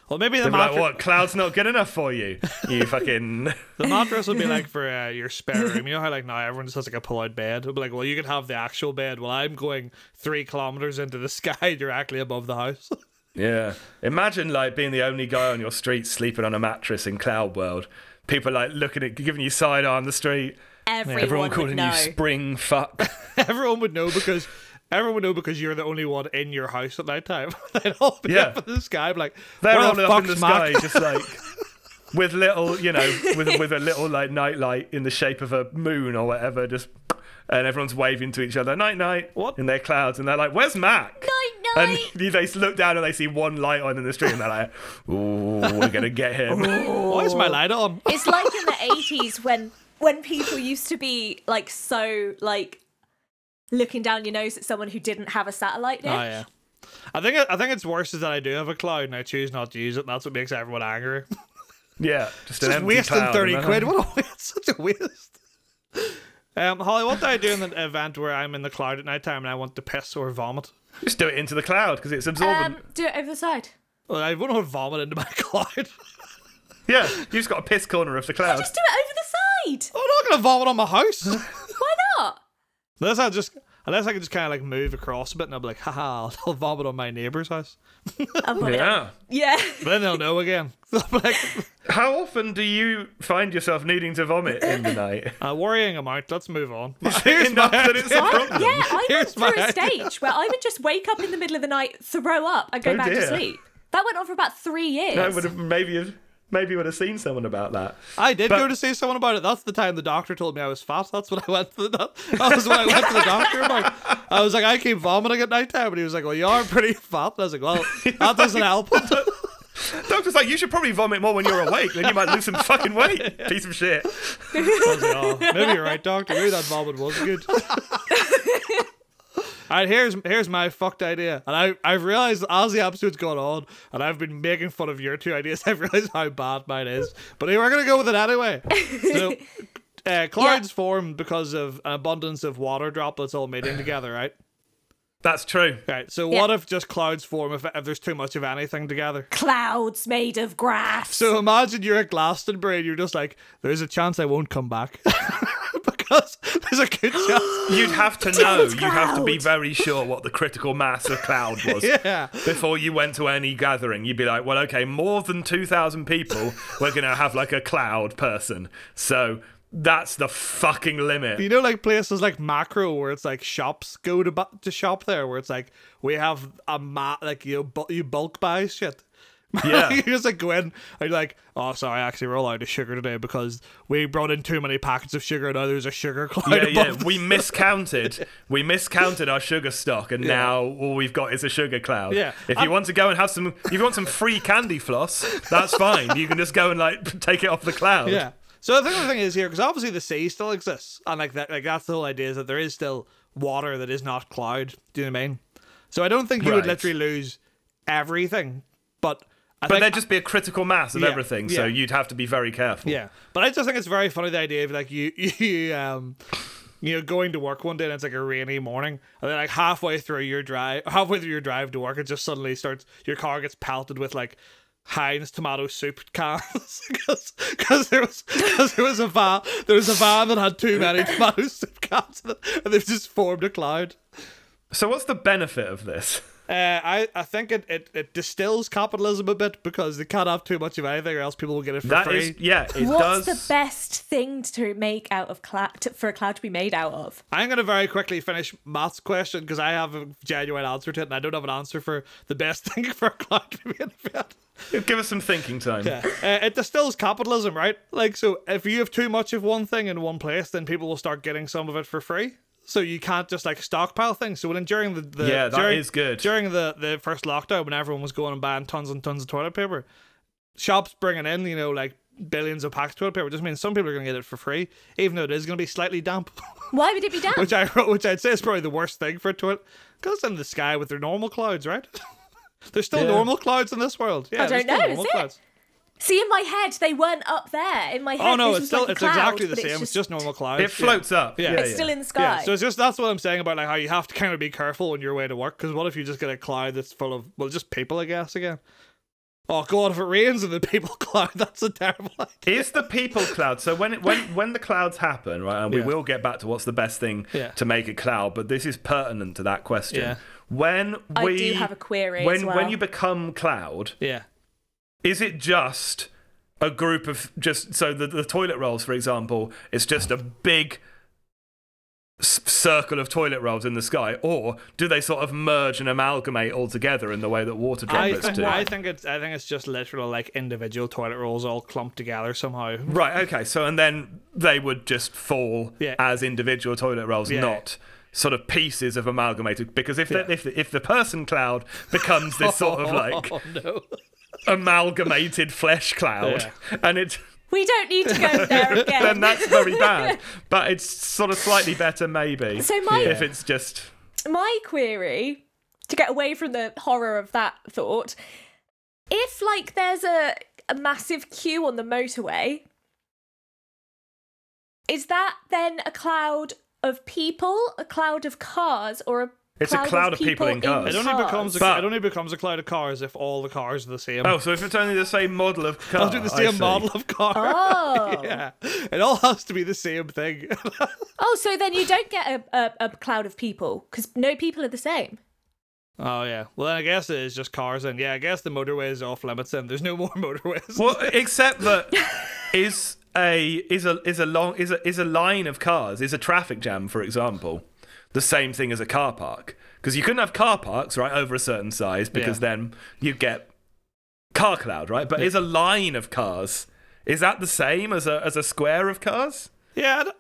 S4: Well, maybe the
S2: They'd be like,
S4: mattress.
S2: "What? Cloud's not good enough for you? You fucking."
S4: The mattress would be like for uh, your spare room. You know how like now everyone just has like a pull-out bed. It'll be like, well, you can have the actual bed. Well, I'm going three kilometers into the sky directly above the house.
S2: Yeah. Imagine like being the only guy on your street sleeping on a mattress in Cloud World. People like looking at giving you side eye on the street.
S3: Everyone,
S2: Everyone
S3: would
S2: calling
S3: know.
S2: you spring fuck.
S4: everyone would know because everyone would know because you're the only one in your house at night time. They'd all be
S2: Yeah.
S4: up in the sky, be like
S2: They're
S4: where
S2: all
S4: the
S2: up in the
S4: fuck's Mac?
S2: sky just like with little you know, with with a little like nightlight in the shape of a moon or whatever, just and everyone's waving to each other, night night
S4: What?
S2: in their clouds and they're like, Where's Mac?
S3: Night,
S2: And
S3: night.
S2: they look down and they see one light on in the street and they're like, Ooh, we're gonna get him.
S4: Why is my light on?
S3: It's like in the eighties when when people used to be like so like looking down your nose at someone who didn't have a satellite dish.
S4: Oh yeah. I think I think it's worse is that I do have a cloud and I choose not to use it. And that's what makes everyone angry.
S2: yeah. Just, an
S4: Just
S2: empty
S4: wasting
S2: cloud,
S4: thirty
S2: and they're
S4: quid.
S2: like,
S4: What a waste! Such a waste. Um, Holly, what do I do in an event where I'm in the cloud at night time and I want to piss or vomit?
S2: Ah, Just do it into the cloud because it's absorbent.
S3: Um, do it over the side.
S4: Well, I wouldn't want to vomit into my cloud.
S2: Yeah, you've just got a piss corner of the cloud.
S3: Just do it over the side.
S4: I'm not gonna vomit on my house.
S3: Why not?
S4: unless I just, unless I can just kind of like move across a bit, and I'll be like, haha, I'll, I'll vomit on my neighbour's house.
S3: I'm like,
S2: Yeah.
S3: Oh yeah.
S4: But then they'll know again. They'll be like,
S2: How often do you find yourself needing to vomit in the night?
S4: a "Uh, worrying amount. Let's move on. Here's
S2: Enough
S4: my-
S2: that it's a
S3: I,
S2: problem.
S3: yeah, I went
S4: Here's
S3: through
S4: my
S3: a stage where I would just wake up in the middle of the night, throw up, and go
S2: Oh,
S3: back
S2: dear.
S3: to sleep. That went on for about three years.
S2: I would have maybe have maybe would have seen someone about that.
S4: I did
S2: But-
S4: go to see someone about it. That's the time the doctor told me I was fat. That's when I went to the doc- that was when I went to the doctor. Like, I was like, I keep vomiting at night time, and he was like, Well, you are pretty fat. And I was like, Well, that doesn't help.
S2: Doctor's like, you should probably vomit more when you're awake, then you might lose some fucking weight. Piece of shit.
S4: I was like, oh, maybe you're right, doctor. Maybe that vomit was good. All right, here's here's my fucked idea, and I I've realized as the episode's gone on, and I've been making fun of your two ideas. I've realized how bad mine is, but we're gonna go with it anyway. So. Uh, clouds form because of an abundance of water droplets all meeting together, right?
S2: That's true.
S4: Right. So
S3: Yeah.
S4: what if just clouds form if, if there's too much of anything together?
S3: Clouds made of grass.
S4: So imagine you're at Glastonbury and you're just like, there's a chance I won't come back. because there's a good chance.
S2: You'd have to know.
S3: Devil's
S2: You'd have to be
S3: cloud.
S2: very sure what the critical mass of cloud was.
S4: Yeah.
S2: Before you went to any gathering, you'd be like, well, okay, more than 2,000 people, we're going to have like a cloud person. So that's the fucking limit.
S4: You know, like places like Macro, where it's like shops go to bu- to shop there, where it's like we have a ma like you bu- you bulk buy shit.
S2: Yeah.
S4: you just like go in and you're like, oh, sorry, actually, we're all out of sugar today because we brought in too many packets of sugar. Now there's a sugar cloud.
S2: Yeah,
S4: above
S2: yeah.
S4: the
S2: We miscounted. We miscounted our sugar stock, and now all we've got is a sugar cloud.
S4: Yeah.
S2: If
S4: I'm-
S2: you want to go and have some, if you want some free candy floss, that's fine. You can just go and like take it off the cloud.
S4: Yeah. So I think the thing is here because obviously the sea still exists, and like that, like that's the whole idea is that there is still water that is not cloud. Do you know what I mean? So I don't think you would
S2: Right.
S4: literally lose everything, but I
S2: But
S4: think
S2: there'd just be a critical mass of
S4: Yeah,
S2: everything, so
S4: yeah.
S2: you'd have to be very careful.
S4: yeah. But I just think it's very funny the idea of like you you um. You know, going to work one day and it's like a rainy morning, and then like halfway through your drive, halfway through your drive to work, it just suddenly starts. Your car gets pelted with like Heinz tomato soup cans because there was because there was a van there was a van that had too many tomato soup cans in it, and they've just formed a cloud.
S2: So what's the benefit of this?
S4: Uh, I I think it, it it distills capitalism a bit because they can't have too much of anything or else people will get it for
S2: That
S4: free.
S2: is, yeah, it does.
S3: What's the best thing to make out of cloud to, for a cloud to be made out of?
S4: I'm going to very quickly finish Matt's question because I have a genuine answer to it and I don't have an answer for the best thing for a cloud to be in bed.
S2: Give us some thinking time.
S4: Yeah. Uh, it distills capitalism, right? Like, so if you have too much of one thing in one place, then people will start getting some of it for free. So you can't just like stockpile things. So when during the, the
S2: Yeah, that
S4: during,
S2: is good.
S4: During the the first lockdown, when everyone was going and buying tons and tons of toilet paper, shops bringing in you know like billions of packs of toilet paper just means some people are going to get it for free, even though it is going to be slightly damp.
S3: Why would it be damp?
S4: which I wrote, which I'd say is probably the worst thing for a toilet. Because in the sky with their normal clouds, right? There's still
S2: Yeah.
S4: normal clouds in this world. Yeah,
S3: I
S4: there's
S3: don't
S4: still
S3: know,
S4: normal
S3: is it?
S4: clouds.
S3: See, in my head, they weren't up there. In my head,
S4: Oh no,
S3: this
S4: it's
S3: was
S4: still
S3: like a
S4: it's
S3: cloud,
S4: exactly the
S3: but
S4: same. It's, just normal clouds.
S2: It floats up.
S4: Yeah.
S2: Yeah,
S4: It's
S3: It's still in the
S4: Yeah.
S3: sky.
S4: yeah, so it's just that's what I'm saying about like how you have to kind of be careful on your way to work. Because what if you just get a cloud that's full of well, just people, I guess again. Oh god, if it rains in the people cloud, that's a terrible idea.
S2: Is the people cloud? So when it, when when the clouds happen, right? And we
S4: Yeah.
S2: will get back to what's the best thing
S4: Yeah.
S2: to make a cloud, but this is pertinent to that question.
S4: Yeah.
S2: When we
S3: I do have a query
S2: When
S3: as well.
S2: when you become cloud,
S4: Yeah.
S2: is it just a group of just so the, the toilet rolls, for example, it's just a big s- circle of toilet rolls in the sky, or do they sort of merge and amalgamate all together in the way that water
S4: I
S2: droplets
S4: think,
S2: do?
S4: I think it's I think it's just literal like individual toilet rolls all clumped together somehow.
S2: Right. Okay. So and then they would just fall
S4: Yeah.
S2: as individual toilet rolls,
S4: Yeah.
S2: not sort of pieces of amalgamated. Because if
S4: Yeah.
S2: the, if the, if the person cloud becomes this sort of like
S4: Oh no.
S2: amalgamated flesh cloud, and it
S3: we don't need to go there again.
S2: then that's very bad. But it's sort of slightly better maybe
S3: So my-
S2: if it's just
S3: my query to get away from the horror of that thought if like there's a, a massive queue on the motorway is that then a cloud of people a cloud of cars or a
S2: It's a cloud of people in cars.
S4: It only
S3: cars.
S4: becomes a,
S2: But-
S4: it only becomes a cloud of cars if all the cars are the same.
S2: Oh, so if it's only the same model of car,
S4: I'll do the
S2: I
S4: same
S2: see.
S4: model of car.
S3: Oh.
S4: yeah, it all has to be the same thing.
S3: Oh, so then you don't get a, a, a cloud of people because no people are the same.
S4: oh yeah. Well, then I guess it is just cars, and yeah, I guess the motorway is off limits, and there's no more motorways.
S2: Well, except that is a is a is a long is a is a line of cars is a traffic jam, for example, the same thing as a car park because you couldn't have car parks right over a certain size because
S4: Yeah.
S2: then you get car cloud right. But is a line of cars is that the same as a as a square of cars?
S4: Yeah. I don't-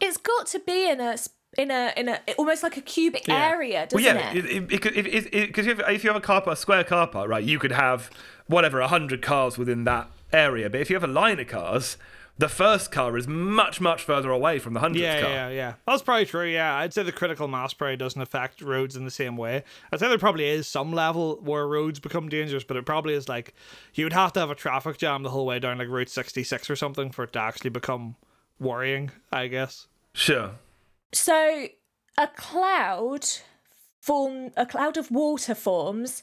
S3: It's got to be in a s- in a in a almost like a cubic
S4: Yeah.
S3: area,
S2: Well,
S3: doesn't
S2: yeah,
S3: it?
S2: because if, if, if, if, if you have a car park, square car park, right, you could have whatever hundred cars within that area. But if you have a line of cars, the first car is much much further away from the hundredth
S4: Yeah,
S2: car.
S4: yeah, yeah. That's probably true. Yeah, I'd say the critical mass probably doesn't affect roads in the same way. I'd say there probably is some level where roads become dangerous, but it probably is like you would have to have a traffic jam the whole way down like Route 66 or something for it to actually become worrying. I guess.
S2: Sure.
S3: So a cloud form a cloud of water forms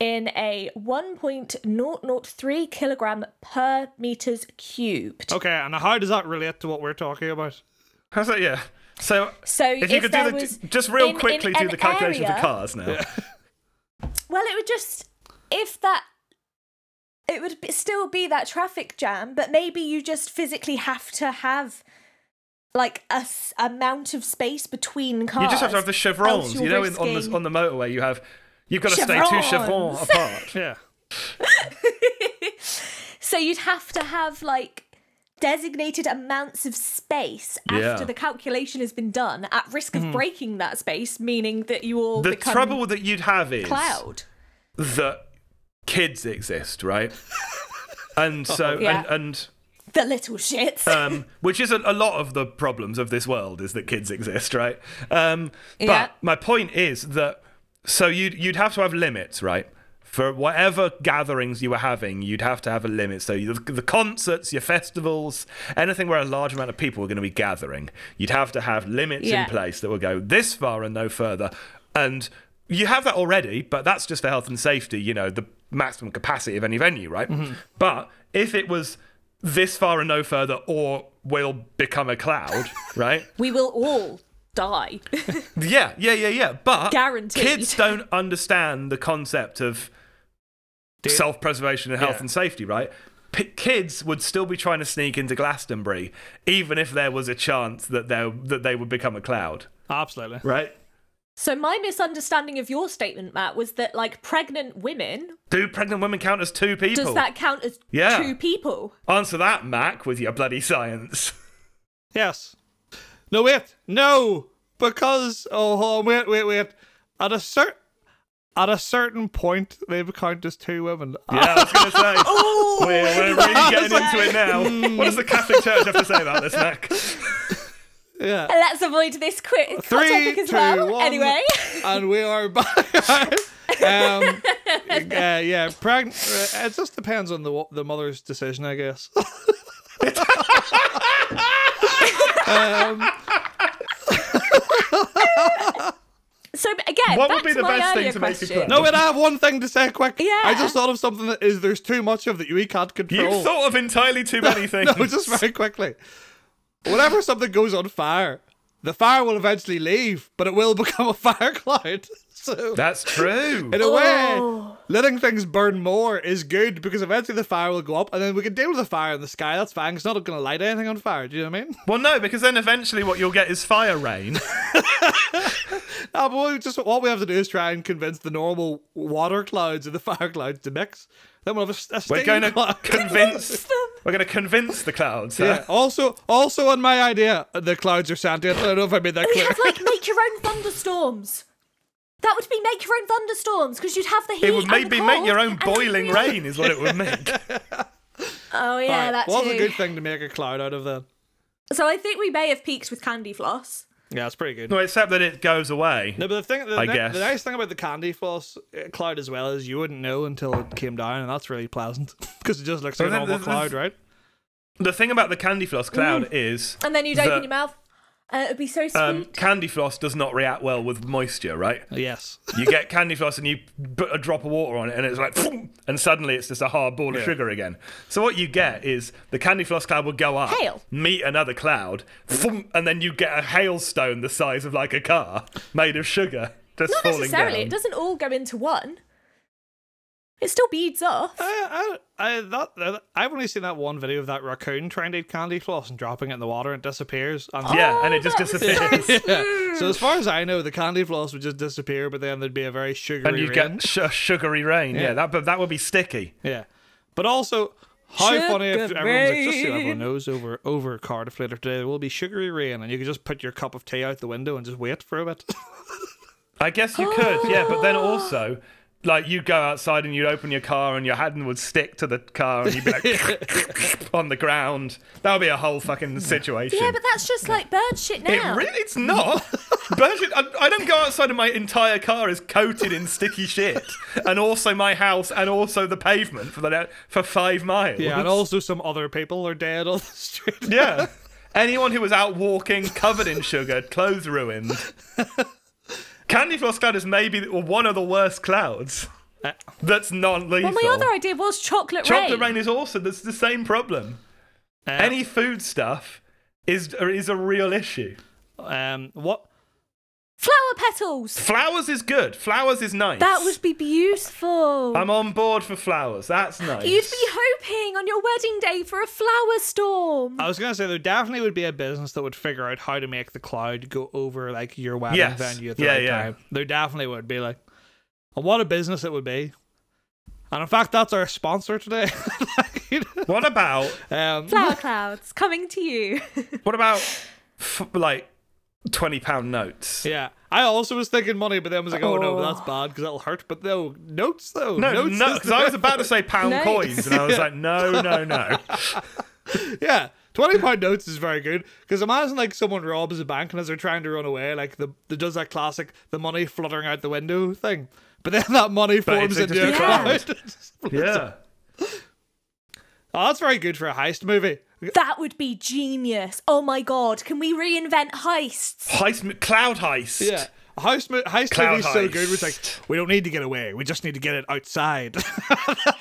S3: in a 1.003 kilogram per meters cubed.
S2: Oh.
S4: Okay, and how does that relate to what we're talking about?
S2: How's that? Yeah. So
S3: So
S2: if you could do
S3: there
S2: the
S3: was
S2: just real
S3: in- in
S2: quickly do
S3: an
S2: the calculation
S3: area-
S2: for cars now.
S3: Well, it would just if that it would be, still be that traffic jam, but maybe you just physically have to have like a s- amount of space between cars.
S2: You just have to have the
S3: else
S2: chevrons. You
S3: you're
S2: know, in, on the
S3: risking-
S2: on the motorway, you have you've got to stay two chevrons
S3: Chevrons.
S2: apart.
S4: Yeah.
S3: so you'd have to have like designated amounts of space
S2: Yeah. Mm-hmm.
S3: after the calculation has been done at risk of breaking that space meaning that you all
S2: the
S3: become
S2: trouble that you'd have is
S3: cloud
S2: that kids exist, right? and so
S3: Yeah.
S2: and and.
S3: the little shits
S2: um, which is a, a lot of the problems of this world is that kids exist, right? Um, but
S3: Yeah.
S2: my point is that so you'd you'd have to have limits, right? For whatever gatherings you were having, you'd have to have a limit. So you, the concerts, your festivals, anything where a large amount of people were going to be gathering, you'd have to have limits
S3: Yeah.
S2: in place that will go this far and no further. And you have that already, but that's just for health and safety. You know the maximum capacity of any venue, right?
S3: Mm-hmm.
S2: But if it was this far and no further, or will become a cloud, right?
S3: we will all die
S2: Yeah, yeah, yeah, yeah. But
S3: Guaranteed.
S2: kids don't understand the concept of self-preservation and health
S4: Yeah.
S2: and safety, right? P- kids would still be trying to sneak into Glastonbury, even if there was a chance that they that they would become a cloud,
S4: Absolutely.
S2: right?
S3: so my misunderstanding of your statement matt was that like pregnant women
S2: Do pregnant women count as two people?
S3: does that count as
S2: Yeah.
S3: two people
S2: Answer that, Mac, with your bloody science.
S4: Yes. No, wait. No, because oh, hold on, wait, wait, wait. At a certain at a certain point, they count as two women.
S2: Yeah, I was going to say.
S4: Oh,
S2: we're, we're really getting
S4: That's
S2: into it
S4: Hmm.
S2: now. What does the Catholic Church have to say about this, Mac?
S4: Yeah.
S3: let's avoid this quick hot
S4: Three,
S3: topic
S4: two,
S3: as well
S4: one,
S3: anyway
S4: and we are back. um, uh, yeah, preg- uh, It just depends on the wa- the mother's decision, I guess.
S3: so again
S2: What
S3: back
S2: would be
S3: to
S2: the
S3: my
S2: best thing
S3: earlier
S2: to make you
S3: question.
S2: pregnant?
S4: No, wait, I have one thing to say quick.
S3: Yeah.
S4: I just thought of something that is there's too much of that you can't
S2: You
S4: control.
S2: thought of entirely too many things.
S4: Oh. No, just very quickly. Whenever something goes on fire, the fire will eventually leave, but it will become a fire cloud. So,
S2: That's true.
S4: in a way,
S3: Oh.
S4: letting things burn more is good because eventually the fire will go up, and then we can deal with the fire in the sky. That's fine. It's not going to light anything on fire. Do you know what I mean?
S2: Well, no, because then eventually what you'll get is fire rain.
S4: No, but we just what we have to do is try and convince the normal water clouds and the fire clouds to mix. Then we'll have a, s- a steam
S2: We're going to
S4: cloud.
S2: convince. We're going to convince the clouds. huh?
S4: Yeah. Also, also on my idea, the clouds are sentient. I don't know if I made that
S3: We
S4: clear.
S3: have like make your own thunderstorms. That would be make your own thunderstorms because you'd have the heat.
S2: It would
S3: and the
S2: maybe make
S3: cold
S2: your own
S3: and-
S2: boiling rain, is what it would make.
S3: Oh
S4: All
S3: yeah,
S4: right,
S3: that's
S4: well, that's a good thing to make a cloud out of then.
S3: So I think we may have peaked with candy floss.
S4: Yeah, it's pretty good.
S2: No, except that it goes away.
S4: No, but the thing, the,
S2: I
S4: ni-
S2: guess.
S4: the nice thing about the candy floss uh, cloud as well is you wouldn't know until it came down, and that's really pleasant because it just looks like
S2: Well,
S4: a
S2: then
S4: normal
S2: there's-
S4: cloud, right?
S3: Mm.
S2: The thing about the candy floss cloud is
S3: Oh, And then you'd
S2: that
S3: open your mouth. Uh, it'd be so sweet.
S2: Um, candy floss does not react well with moisture, right?
S4: Yes.
S2: You get candy floss and you put a drop of water on it, and it's like, phoom, and suddenly it's just a hard ball of
S4: Yeah.
S2: sugar again. So what you get is the candy floss cloud will go up,
S3: Hail.
S2: meet another cloud, phoom, and then you get a hailstone the size of like a car made of sugar just
S3: Not
S2: falling
S3: necessarily.
S2: down.
S3: It doesn't all go into one. It still beads off.
S4: I, I, I, that, that, I've only seen that one video of that raccoon trying to eat candy floss and dropping it in the water and it disappears. And
S2: Yeah,
S3: Oh,
S2: and it just
S3: that was so
S2: disappears.
S4: Yeah. So as far as I know, the candy floss would just disappear, but then there'd be a very sugary
S2: and you
S4: ring.
S2: get sh- sugary rain. Yeah,
S4: Yeah.
S2: that but that would be sticky.
S4: Yeah. But also, how funny if
S3: Sugar
S4: everyone's like, just so
S3: rain.
S4: everyone knows over over Cardiff later today, there will be sugary rain, and you can just put your cup of tea out the window and just wait for a bit.
S2: I guess you could, yeah, but then also. Like you go outside and you open your car and your hand would stick to the car and you'd be like on the ground. That would be a whole fucking situation.
S3: Yeah, but that's just like bird shit now.
S2: it really, it's not. Virgin, I, I don't go outside and my entire car is coated in sticky shit, and also my house and also the pavement for the for five miles.
S4: yeah, and also some other people are dead on the street.
S2: yeah. Anyone who was out walking, covered in sugar, clothes ruined. Candy floss cloud is maybe one of the worst clouds.
S4: Uh,
S2: That's non-lethal.
S3: well, my other idea was chocolate,
S2: Chocolate
S3: rain.
S2: rain is also that's the same problem.
S4: Uh,
S2: Any food stuff is is a real issue.
S4: um, what?
S3: Flower petals.
S2: Flowers is good. Flowers is nice.
S3: That would be beautiful.
S2: I'm on board for flowers. That's nice.
S3: You'd be hoping on your wedding day for a flower
S2: Uh,
S3: storm.
S4: I was gonna say there definitely would be a business that would figure out how to make the cloud go over like your wedding
S2: Yes.
S4: venue at the
S2: Yeah,
S4: right
S2: yeah.
S4: time. There definitely would be like, and what a business it would be. And in fact, that's our sponsor today.
S2: What about
S4: um,
S3: Flower clouds coming to you.
S2: what about f- like twenty pound notes?
S4: Yeah, I also was thinking money, but then I was like, oh, no,
S3: Oh.
S4: that's bad because it'll hurt. But no, notes though.
S2: No, no,
S4: notes is
S2: because I was about to say pound
S3: Notes.
S2: coins, and I was like, no, no, no.
S4: yeah, twenty pound notes is very good because imagine like someone robs a bank and as they're trying to run away, like the, the does that classic the money fluttering out the window thing. But then that money forms
S2: it's just
S4: into a
S2: a
S4: cloud.
S2: cloud. Yeah.
S4: oh, that's very good for a heist movie.
S3: that would be genius. Oh my god, can we reinvent heists?
S2: Heist, cloud heist.
S4: Yeah. A Heist, mo- heist
S2: Cloud
S4: movie is so good.
S2: heist.
S4: It's like we don't need to get away. We just need to get it outside.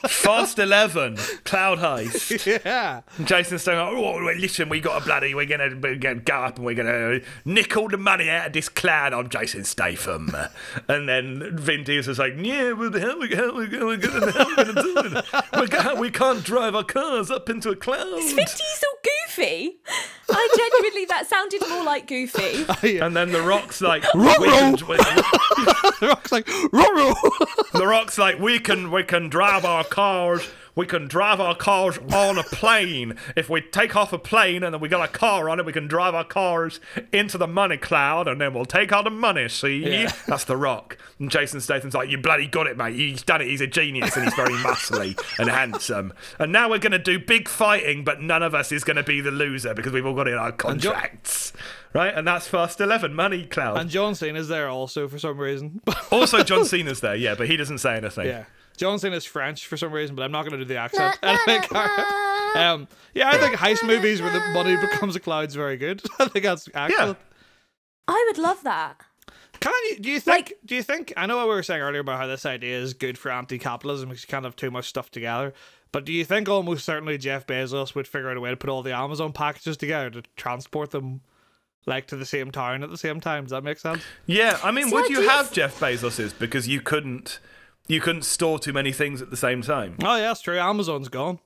S2: Fast 11, cloud heist.
S4: yeah.
S2: And Jason Stone, oh, well, listen, we got a bloody, we're going to go up and we're going to nick all the money out of this cloud. I'm Jason Statham. And then Vin Diesel's like, yeah, what the hell we, how we, how we gonna, how we gonna do it? We, ca- we can't drive our cars up into a
S3: Is
S2: cloud.
S3: Vin Diesel goofy? I genuinely, that sounded more like goofy.
S4: yeah.
S2: And then The Rock's like, we can,
S4: the rock's like, ruh
S2: The Rock's like, we can we can drive our cars. We can drive our cars on a plane. If we take off a plane and then we got a car on it, we can drive our cars into the money cloud and then we'll take all the money, see?
S4: Yeah.
S2: That's The Rock. And Jason Statham's like, you bloody got it, mate. He's done it. He's a genius and he's very muscly and handsome. And now we're going to do big fighting, but none of us is going to be the loser because we've all got it in our
S4: Jo-
S2: contracts. right? And that's Fast 11, Money Cloud.
S4: And John Cena's there also for some reason.
S2: also, John Cena's there, yeah, but he doesn't say anything.
S4: yeah. John Cena's French for some reason, but I'm not going to do the accent. Anyway, Cara. um, yeah, I think heist movies where the money becomes a cloud's very good. I think that's
S2: Yeah.
S4: excellent.
S3: I would love that.
S4: Can you do you think do you think I know what we were saying earlier about how this idea is good for anti-capitalism because you can't have too much stuff together. But do you think almost certainly Jeff Bezos would figure out a way to put all the Amazon packages together to transport them like to the same town at the same time? Does that make sense?
S2: Yeah, I mean,
S3: See,
S2: would
S3: I
S2: you
S3: do
S2: have
S3: f-
S2: Jeff Bezos's because you couldn't you couldn't store too many things at the same time?
S4: Oh yeah, that's true. Amazon's gone.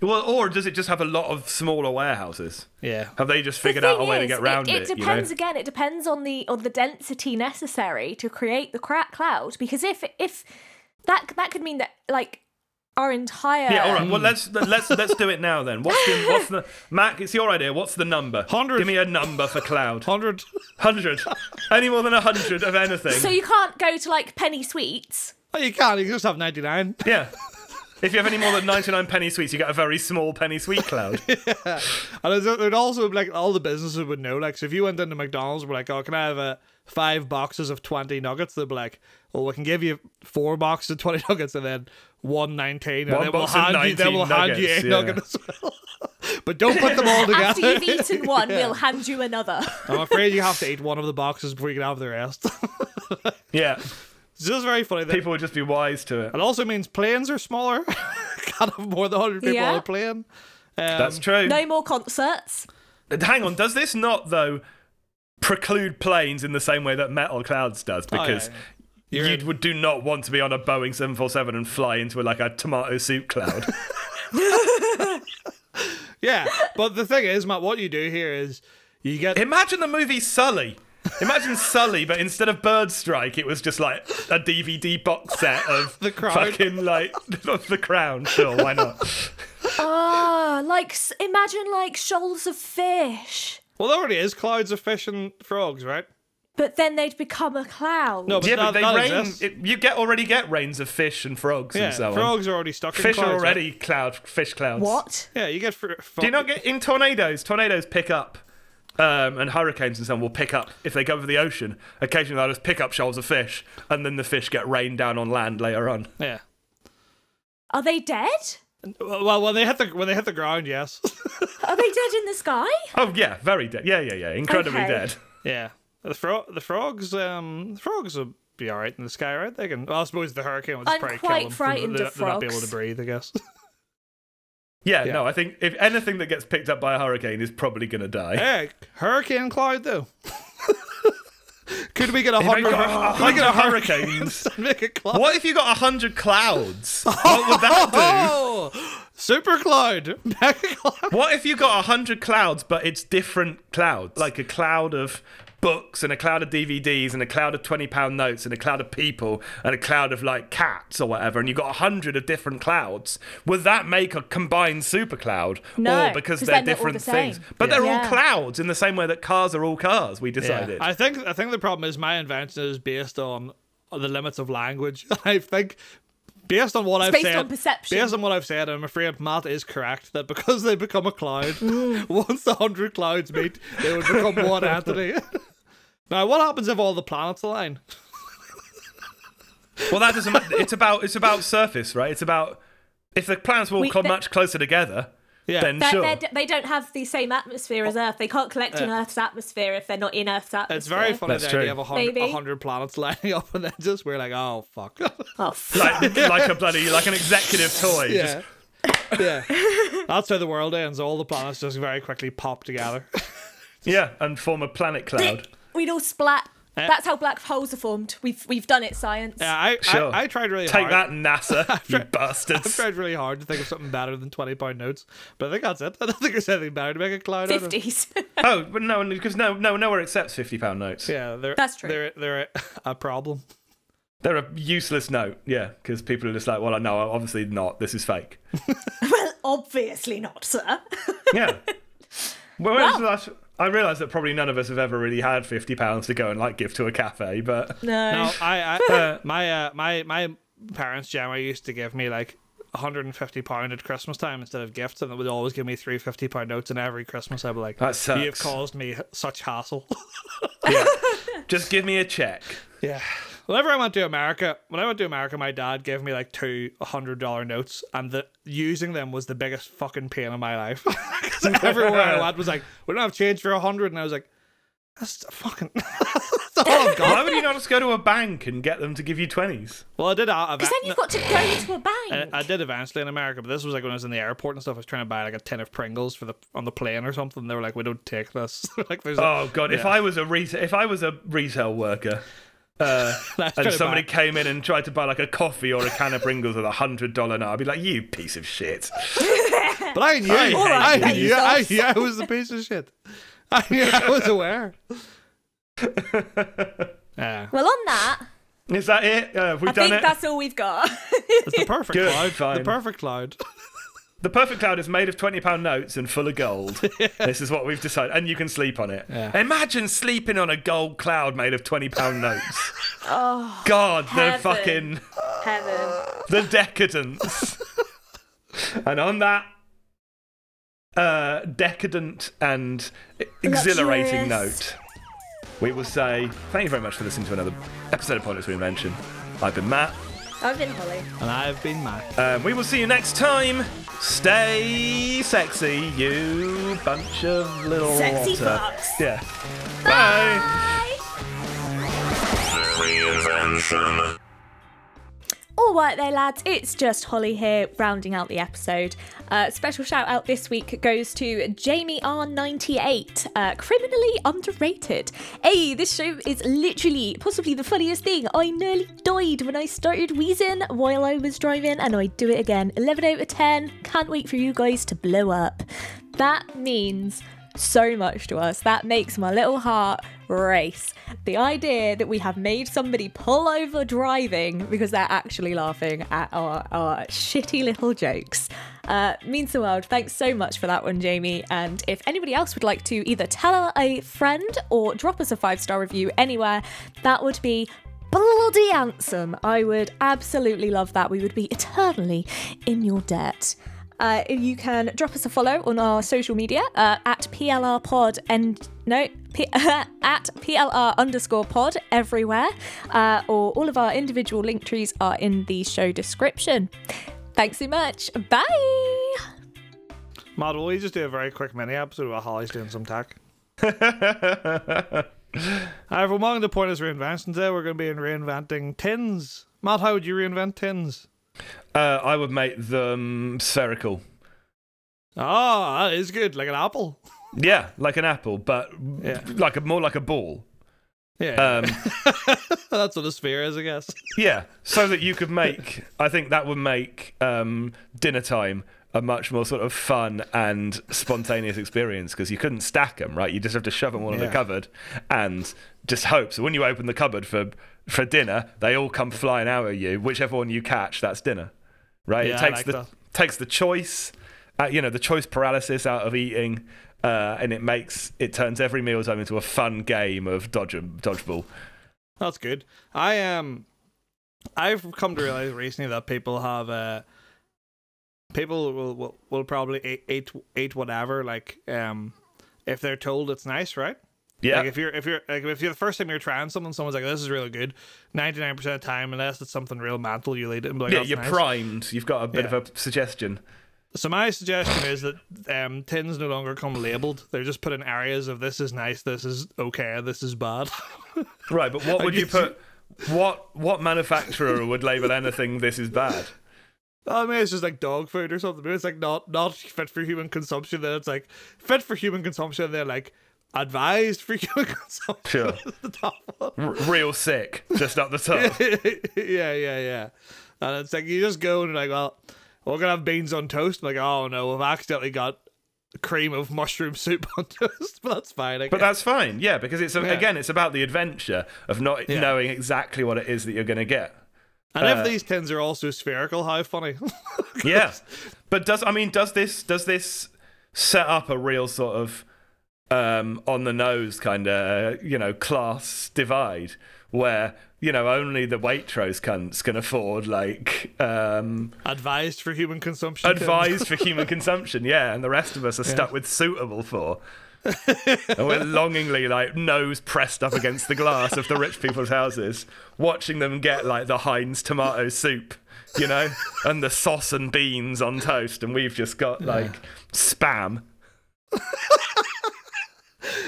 S2: Well, or does it just have a lot of smaller warehouses?
S4: Yeah.
S2: Have they just
S3: The
S2: figured out a
S3: thing
S2: way to
S3: is,
S2: get round
S3: it,
S2: it?
S3: it
S2: you know?
S3: depends again. It depends on the on the density necessary to create the crack cloud. Because if if that that could mean that like our entire
S2: Yeah, all right. Well, let's let's let's do it now then. What's the, what's the Mac? It's your idea. What's the number?
S4: 100.
S2: Give me a number for cloud.
S4: Hundred
S2: Hundred. Any more than a hundred of anything?
S3: So you can't go to like Penny Sweets.
S4: Oh, you can't. You can just have 99.
S2: yeah. If you have any more than 99 penny sweets, you get a very small penny sweet cloud.
S4: And it's- it'd also like all the businesses would know. Like, so if you went into McDonald's, and were like, "Oh, can I have uh, five boxes of twenty nuggets?" They'd be like, "Well, we can give you four boxes of twenty nuggets, and then one nineteen, and
S2: One
S4: then we'll
S2: box of
S4: hand you, then
S2: 19
S4: we'll hand you a
S2: nuggets, yeah.
S4: nugget as well." but don't put them all
S3: After
S4: together.
S3: you've eaten one, we'll hand you another.
S4: I'm afraid you have to eat one of the boxes before you can have the rest.
S2: Yeah,
S4: it's just very funny. That
S2: people would just be wise to it.
S4: it also means planes are smaller. Can't have more than hundred people on
S3: Yeah.
S4: a plane. Um,
S2: That's true.
S3: No more concerts.
S2: Hang on, does this not though preclude planes in the same way that metal clouds does?
S4: yeah,
S2: Because
S4: yeah.
S2: you
S4: You're in-
S2: would do not want to be on a Boeing 747 and fly into like a tomato soup cloud.
S4: yeah. But the thing is, Matt, what you do here is you get
S2: Imagine the movie Sully. Imagine Sully, but instead of Bird Strike, it was just like a DVD box set of
S4: The Crown.
S2: Fucking like of the Crown. Sure, why not?
S3: Oh, like s- imagine like shoals of fish,
S4: Well, there already is clouds of fish and frogs, right?
S3: but then they'd become a cloud.
S4: No, but
S2: yeah,
S4: that,
S2: but they
S4: that
S2: rain.
S4: exists.
S2: It, you get already get rains of fish and frogs
S4: yeah,
S2: and so on.
S4: frogs are already stuck in
S2: Fish
S4: clouds.
S2: are
S4: right?
S2: already cloud fish clouds.
S3: What?
S4: Yeah, you get. Fr- fro-
S2: Do you not get in tornadoes? Tornadoes pick up, um, and hurricanes and so on will pick up if they go over the ocean. Occasionally, they'll just pick up shoals of fish, and then the fish get rained down on land later on.
S4: Yeah.
S3: Are they dead?
S4: Well, when they hit the when they hit the ground, yes.
S3: Are they dead in the sky?
S2: Oh yeah, very dead. Yeah, yeah, yeah, incredibly
S3: Okay.
S2: dead.
S4: yeah. The fro- the frogs um the frogs will be all right in the sky, right? They can. Well, I suppose the hurricane will just
S3: I'm
S4: probably
S3: quite
S4: kill them.
S3: frightened
S4: they,
S3: of
S4: They're not be able to
S3: frogs.
S4: breathe, I guess.
S2: Yeah,
S4: Yeah.
S2: no, I think if anything that gets picked up by a hurricane is probably gonna die.
S4: hey, hurricane cloud though. Could we get a
S2: If
S4: hundred?
S2: you got a
S4: could we get a
S2: hundred
S4: hurricane
S2: hurricanes.
S4: and make a cloud?
S2: What if you got a hundred clouds? What would that
S4: Oh, super cloud, mega cloud.
S2: do? What if you got a hundred clouds, but it's different clouds, like a cloud of books and a cloud of DVDs and a cloud of twenty pound notes and a cloud of people and a cloud of like cats or whatever, and you got a hundred of different clouds? Would that make a combined super cloud?
S3: No,
S2: or because
S3: 'cause
S2: they're
S3: then they're all
S2: different
S3: the
S2: things,
S3: same.
S2: but they're all
S3: Yeah.
S2: clouds in the same way that cars are all cars. We decided.
S4: I think I think the problem is my invention is based on the limits of language. I think based on what I've
S3: based
S4: said,
S3: on perception.
S4: based on what I've said, I'm afraid Matt is correct that because they become a cloud, once the hundred clouds meet, they would become one entity. now, what happens if all the planets align?
S2: Well, that doesn't. matter. It's about it's about surface, right? It's about if the planets were all
S3: We-
S2: clo-
S3: that-
S2: much closer together,
S4: Yeah.
S2: then
S3: They're,
S2: sure.
S3: they're d- they don't have the same atmosphere as Earth. They can't collect in Earth's atmosphere if they're not in Earth's atmosphere.
S4: It's Uh, very funny
S2: That's
S4: that
S2: true.
S4: you have a hundred,
S3: Maybe.
S4: a hundred planets lining up, and then just we're like, oh fuck,
S3: Oh, f-
S2: like, like a bloody like an executive toy.
S4: yeah, yeah. That's how the world ends. All the planets just very quickly pop together.
S2: Just, yeah, and form a planet cloud.
S3: we'd all splat. That's how black holes are formed. We've we've done it, science.
S4: Uh, Yeah, I,
S2: Sure.
S4: I, I tried really
S2: Take
S4: hard.
S2: that, NASA, you
S4: I've
S2: bastards.
S4: tried really hard to think of something better than twenty pound notes, but I think that's it. I don't think there's anything better to make a cloud out of.
S3: Fifties.
S2: Oh, but no, because no, no, nowhere accepts fifty pound notes.
S4: Yeah, they're,
S3: That's true.
S4: They're they're a, a problem.
S2: They're a useless note. Yeah, because people are just like, well, no, obviously not. This is fake.
S3: Obviously not, sir.
S2: Yeah. Well, when was the last? I realise that probably none of us have ever really had fifty pounds to go and like give to a cafe, but
S3: No.
S4: No, I, I uh, my uh, my my parents, Gemma, used to give me like. 150 pound at Christmas time instead of gifts, and they would always give me three 50 pound notes. And every Christmas, I'd be like,
S2: That sucks.
S4: "You've caused me such hassle."
S2: just give me a check.
S4: Yeah. Whenever I went to America, when I went to America, my dad gave me like two hundred dollar notes, and the using them was the biggest fucking pain in my life. 'Cause everywhere I went was like, "We don't have change for a hundred, and I was like, "That's fucking." That's all I've got.
S2: Why would you not just go to a bank and get them to give you twenties?
S4: Well, I did. Uh,
S3: Because then you've got to go to a
S4: I,
S2: Uh,
S3: bank.
S4: I did eventually in America, but this was like when I was in the airport and stuff. I was trying to buy like a tin of Pringles for the on the plane or something. They were like, "We don't take this." like, there's a-
S2: Oh god, if
S4: Yeah.
S2: I was a retail, if I was a retail worker, uh,
S4: I was trying
S2: and
S4: to
S2: somebody
S4: buy-
S2: came in and tried to buy like a coffee or a can of Pringles with a hundred dollar note, I'd be like, you piece of shit.
S4: But I knew, I,
S2: hate
S4: I,
S2: you.
S4: knew, I knew I was the piece of shit. I knew I was aware. Yeah,
S3: well, on that,
S2: Is that it? Uh, have we
S3: I
S2: done
S3: think
S2: it?
S3: that's all we've got.
S4: it's the perfect
S2: Good,
S4: cloud.
S2: fine.
S4: The perfect cloud.
S2: The perfect cloud is made of twenty pound notes and full of gold. This is what we've decided, and you can sleep on it.
S4: Yeah.
S2: Imagine sleeping on a gold cloud made of twenty pound notes. oh, God, the
S3: heaven.
S2: fucking
S3: Heaven.
S2: the decadence. And on that uh, decadent and exhilarating
S3: Luxurious.
S2: note, we will say thank you very much for listening to another episode of Politics Reinvention. I've been Matt.
S3: I've been Holly.
S4: And I've been Mac.
S2: Um, we will see you next time. Stay sexy, you bunch of little
S3: Sexy
S2: water.
S3: fucks.
S2: Yeah. Bye.
S3: Bye.
S1: Reinvention.
S3: All right, there, lads. It's just Holly here, rounding out the episode. Uh, special shout out this week goes to Jamie R98, uh, criminally underrated. Hey, this show is literally possibly the funniest thing. I nearly died when I started wheezing while I was driving, and I do it again. 11 out of 10. Can't wait for you guys to blow up. That means so much to us. That makes my little heart race. The idea that we have made somebody pull over driving because they're actually laughing at our, our shitty little jokes uh, means the world. Thanks so much for that one, Jamie. And if anybody else would like to either tell a friend or drop us a five star review anywhere, that would be bloody handsome. E I would absolutely love that. We would be eternally in your debt. Uh, you can drop us a follow on our social media uh, at PLR Pod and no P- at PLR underscore Pod everywhere, uh, or all of our individual link trees are in the show description. Thanks so much. Bye.
S4: Matt, will you just do a very quick mini episode while Holly's doing some tech? Hi everyone, welcome to Point is Reinvention. Today we're going to be reinventing tins. Matt, how would you reinvent tins?
S2: Uh, I would make them spherical.
S4: Ah, that is good, like an apple.
S2: Yeah, like an apple, but
S4: Yeah.
S2: like a more like a ball.
S4: Yeah,
S2: Um,
S4: that's what a sphere is, I guess.
S2: yeah, so that you could make. I think that would make um, dinner time a much more sort of fun and spontaneous experience because you couldn't stack them, right? You just have to shove them all in the
S4: Yeah.
S2: cupboard and just hope. So when you open the cupboard for for dinner, they all come flying out at you. Whichever one you catch, that's dinner, right?
S4: Yeah,
S2: it
S4: I
S2: takes
S4: like
S2: the
S4: that.
S2: takes the choice, uh, you know, the choice paralysis out of eating. Uh, and it makes it turns every mealtime into a fun game of dodge dodgeball.
S4: That's good. I um, I've come to realize recently that people have uh, people will will, will probably eat, eat eat whatever like um, if they're told it's nice, right?
S2: Yeah,
S4: Like if you're if you're like if you're the first time you're trying something, someone's like, "This is really good." Ninety nine percent of the time, unless it's something real mental, you eat it and be like,
S2: yeah,
S4: "That's
S2: you're
S4: nice."
S2: primed. You've got a bit
S4: Yeah.
S2: of a suggestion.
S4: So my suggestion is that um, tins no longer come labeled; they're just put in areas of "This is nice," "This is okay," "This is bad."
S2: Right, but what would you
S4: guess
S2: put? What what manufacturer would label anything this is bad?
S4: I mean, oh, it's just like dog food or something. Maybe It's like not not fit for human consumption. Then it's like fit for human consumption. They're like advised for human consumption.
S2: Sure.
S4: is the top one.
S2: R- real sick, just up the top.
S4: yeah, yeah, yeah. And it's like you just go and you're like, well, we're gonna have beans on toast. like, oh no, we've accidentally got cream of mushroom soup on toast. But that's fine. I
S2: But that's fine, yeah, because it's a,
S4: Yeah.
S2: again, it's about the adventure of not
S4: Yeah.
S2: knowing exactly what it is that you're going to get.
S4: and
S2: uh,
S4: if these tins are also spherical, how funny.
S2: Yeah, but does I mean does this does this set up a real sort of um, on the nose kind of you know class divide where you know only the Waitrose cunts can afford like um,
S4: advised for human consumption. tins.
S2: advised for human consumption, yeah, and the rest of us are stuck with suitable for. and we're longingly like nose pressed up against the glass of the rich people's houses, watching them get like the Heinz tomato soup, you know, and the sauce and beans on toast, and we've just got like spam.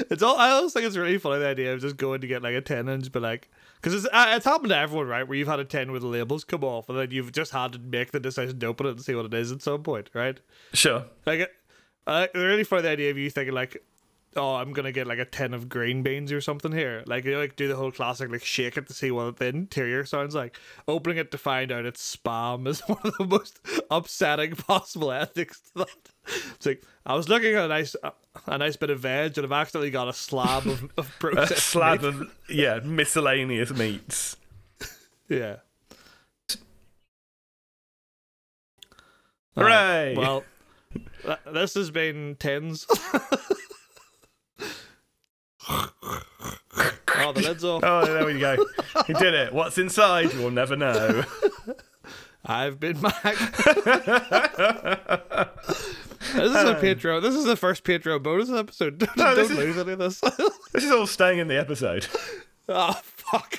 S4: It's all. I always think it's really funny the idea of just going to get like a ten and just be like, because it's uh, it's happened to everyone, right? Where you've had a ten where the labels come off, and then you've just had to make the decision to open it and see what it is at some point, right?
S2: Sure.
S4: Like, it- I like- it's really funny the idea of you thinking like, oh, I'm gonna get like a ten of green beans or something here. Like you like do the whole classic like shake it to see what the interior sounds like. Opening it to find out it's spam is one of the most upsetting possible ethics. To that. It's like I was looking at a nice a nice bit of veg and I've accidentally got a slab of, of
S2: A
S4: processed
S2: slab
S4: meat.
S2: of yeah, miscellaneous meats.
S4: yeah.
S2: Hooray!
S4: Well, th- this has been tens. oh, the lid's off.
S2: Oh, there we go. We did it. What's inside? We'll never know.
S4: I've been Mike. this is a Pedro. This is the first Pedro bonus episode. Don't,
S2: No, this
S4: don't
S2: is-
S4: lose any of this.
S2: This is all staying in the episode.
S4: oh fuck.